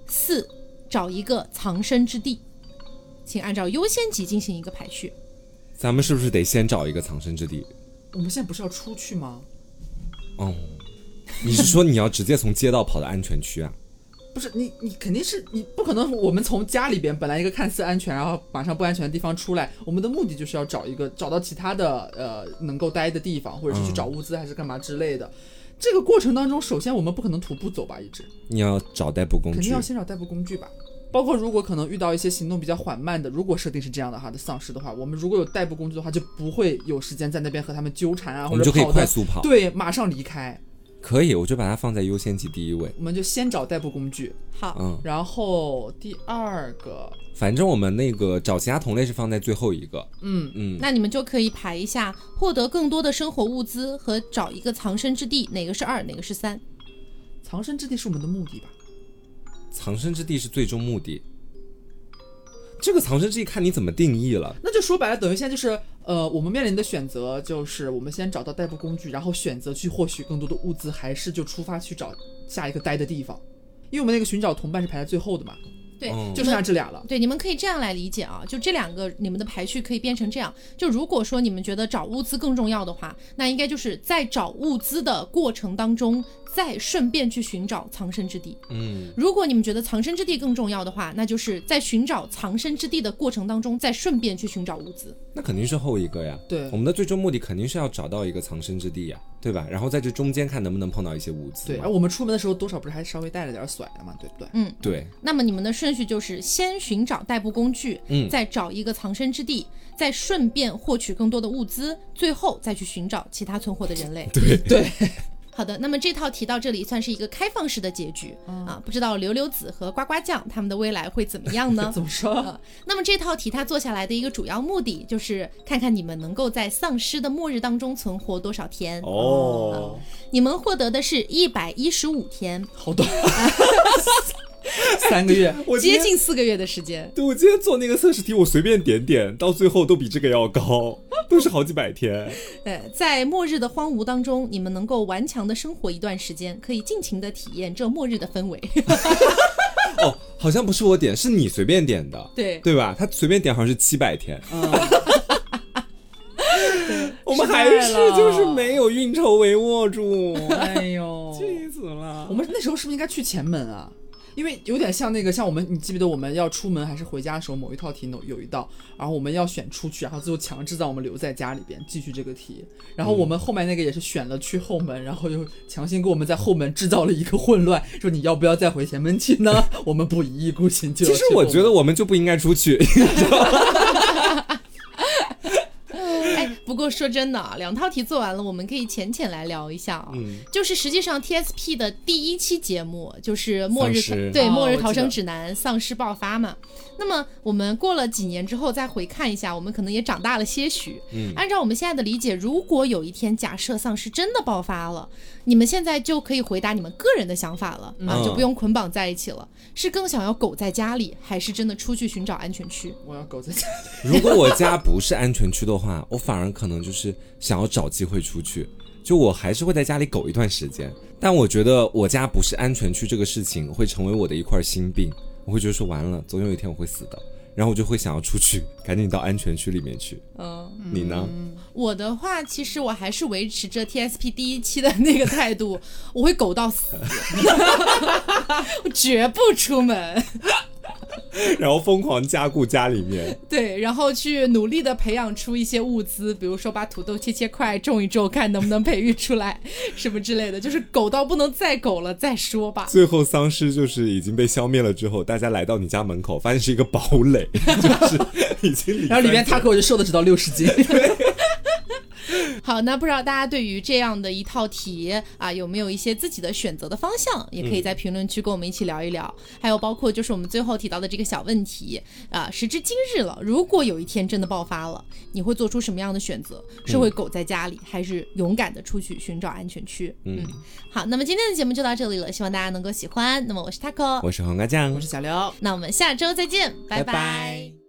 A: 四，找一个藏身之地。请按照优先级进行一个排序。
B: 咱们是不是得先找一个藏身之地？
C: 我们现在不是要出去吗？
B: 哦，你是说你要直接从街道跑到安全区啊？
C: 不是你，你肯定是你不可能。我们从家里边本来一个看似安全，然后马上不安全的地方出来，我们的目的就是要找一个找到其他的呃能够待的地方，或者是去
B: 嗯
C: 找物资还是干嘛之类的。这个过程当中，首先我们不可能徒步走吧，一直
B: 你要找代步工
C: 肯
B: 具
C: 定要先找代步工具吧。包括如果可能遇到一些行动比较缓慢的，如果设定是这样的哈的丧尸的话，我们如果有代步工具的话，就不会有时间在那边和他们纠缠啊，
B: 我
C: 或
B: 们
C: 者
B: 就可以
C: 跑的
B: 快速跑。
C: 对，马上离开。
B: 可以，我就把它放在优先级第一位。
C: 我们就先找代步工具，
A: 好，
B: 嗯，
C: 然后第二个，
B: 反正我们那个找其他同类是放在最后一个。
C: 嗯，
B: 嗯，
A: 那你们就可以排一下，获得更多的生活物资和找一个藏身之地，哪个是二，哪个是三？
C: 藏身之地是我们的目的吧？
B: 藏身之地是最终目的。这个藏身之地看你怎么定义了。
C: 那就说白了，等于现在就是，呃，我们面临的选择就是，我们先找到代步工具，然后选择去获取更多的物资，还是就出发去找下一个待的地方？因为我们那个寻找同伴是排在最后的嘛，
A: 对，
B: 嗯
C: 就剩下这俩了。
A: 对，你们可以这样来理解啊，就这两个你们的排序可以变成这样：就如果说你们觉得找物资更重要的话，那应该就是在找物资的过程当中，再顺便去寻找藏身之地；
B: 嗯，
A: 如果你们觉得藏身之地更重要的话，那就是在寻找藏身之地的过程当中，再顺便去寻找物资。
B: 那肯定是后一个呀。
C: 对
B: 我们的最终目的肯定是要找到一个藏身之地呀，对吧？然后在这中间看能不能碰到一些物资
C: 对，
B: 嘛。
C: 而我们出门的时候多少不是还稍微带了点甩的嘛，对不对？
B: 对，
A: 那么你们的顺序就是先寻找代步工具，
B: 嗯
A: 再找一个藏身之地，再顺便获取更多的物资，最后再去寻找其他存活的人类。对
C: 对。
A: 好的，那么这套题到这里算是一个开放式的结局、
B: 嗯
A: 啊，不知道柳柳子和呱呱酱他们的未来会怎么样
B: (laughs)
A: 呢？
C: (laughs) 怎么说？
A: 那么这套题它做下来的一个主要目的就是看看你们能够在丧尸的末日当中存活多少天。啊
B: 哦，
C: 嗯
A: 你们获得的是一百一十五天，
C: 好短，三个月。
B: 我今
A: 接
B: 天
A: 近四个月的时间。
B: 对，我今天做那个测试题，我随便点点，到最后都比这个要高，都是好几百天。
A: 对，呃在末日的荒芜当中，你们能够顽强的生活一段时间，可以尽情的体验这末日的氛围。
B: 哦，好像不是我点，是你随便点的，
A: 对
B: 对吧？他随便点好像是七百天， (laughs)
C: 嗯，
B: 我们还是就是没有运筹帷幄住，
C: 哎呦，
B: 气死了
C: 我。们那时候是不是应该去前门啊？因为有点像那个，像我们，你记不记得我们要出门还是回家的时候，某一套题有有一道，然后我们要选出去，然后最后强制让我们留在家里边继续这个题。然后我们后面那个也是选了去后门，然后又强行给我们在后门制造了一个混乱，说你要不要再回前门去呢？我们不一意孤行就要
B: 其实
C: 去后
B: 我
C: 门。
B: 觉得我们就不应该出去，
A: 哎，不过说真的啊，两套题做完了，我们可以浅浅来聊一下啊、
B: 嗯
A: 就是实际上 TSP 的第一期节目就是《末日
B: 丧尸
A: 对《
C: 哦
A: 末日
C: 我
A: 逃
C: 记得
A: 生指南》丧尸爆发嘛。那么我们过了几年之后再回看一下，我们可能也长大了些许。
B: 嗯
A: 按照我们现在的理解，如果有一天假设丧尸真的爆发了，你们现在就可以回答你们个人的想法了、啊，
B: 嗯
A: 就不用捆绑在一起了。是更想要苟在家里，还是真的出去寻找安全区？
C: 我要狗在家，
B: 如果我家不是安全区的话， (laughs) 我反而可能就是想要找机会出去。就我还是会在家里苟一段时间，但我觉得我家不是安全区这个事情会成为我的一块心病。我会觉得说完了，总有一天我会死的，然后我就会想要出去，赶紧到安全区里面去。
A: 嗯。
B: 你呢？
A: 我的话，其实我还是维持着 TSP 第一期的那个态度， (laughs) 我会苟到死， (laughs) 我绝不出门。
B: 然后疯狂加固家里面，
A: 对，然后去努力的培养出一些物资，比如说把土豆切切块，种一种，看能不能培育出来，什么之类的，就是苟到不能再苟了再说吧。
B: 最后丧尸就是已经被消灭了之后，大家来到你家门口，发现是一个堡垒， (laughs) 就是已经里
C: 然后里面 taco 就瘦的只到六十斤。 (laughs)
A: 好，那不知道大家对于这样的一套题啊，有没有一些自己的选择的方向？也可以在评论区跟我们一起聊一聊。还有包括就是我们最后提到的这个小问题啊，时至今日了，如果有一天真的爆发了，你会做出什么样的选择？是会苟在家里，还是勇敢的出去寻找安全区？嗯，好，那么今天的节目就到这里了，希望大家能够喜欢。那么我是 taco，
B: 我是黄瓜酱，
C: 我是小刘，
A: 那我们下周再见，拜拜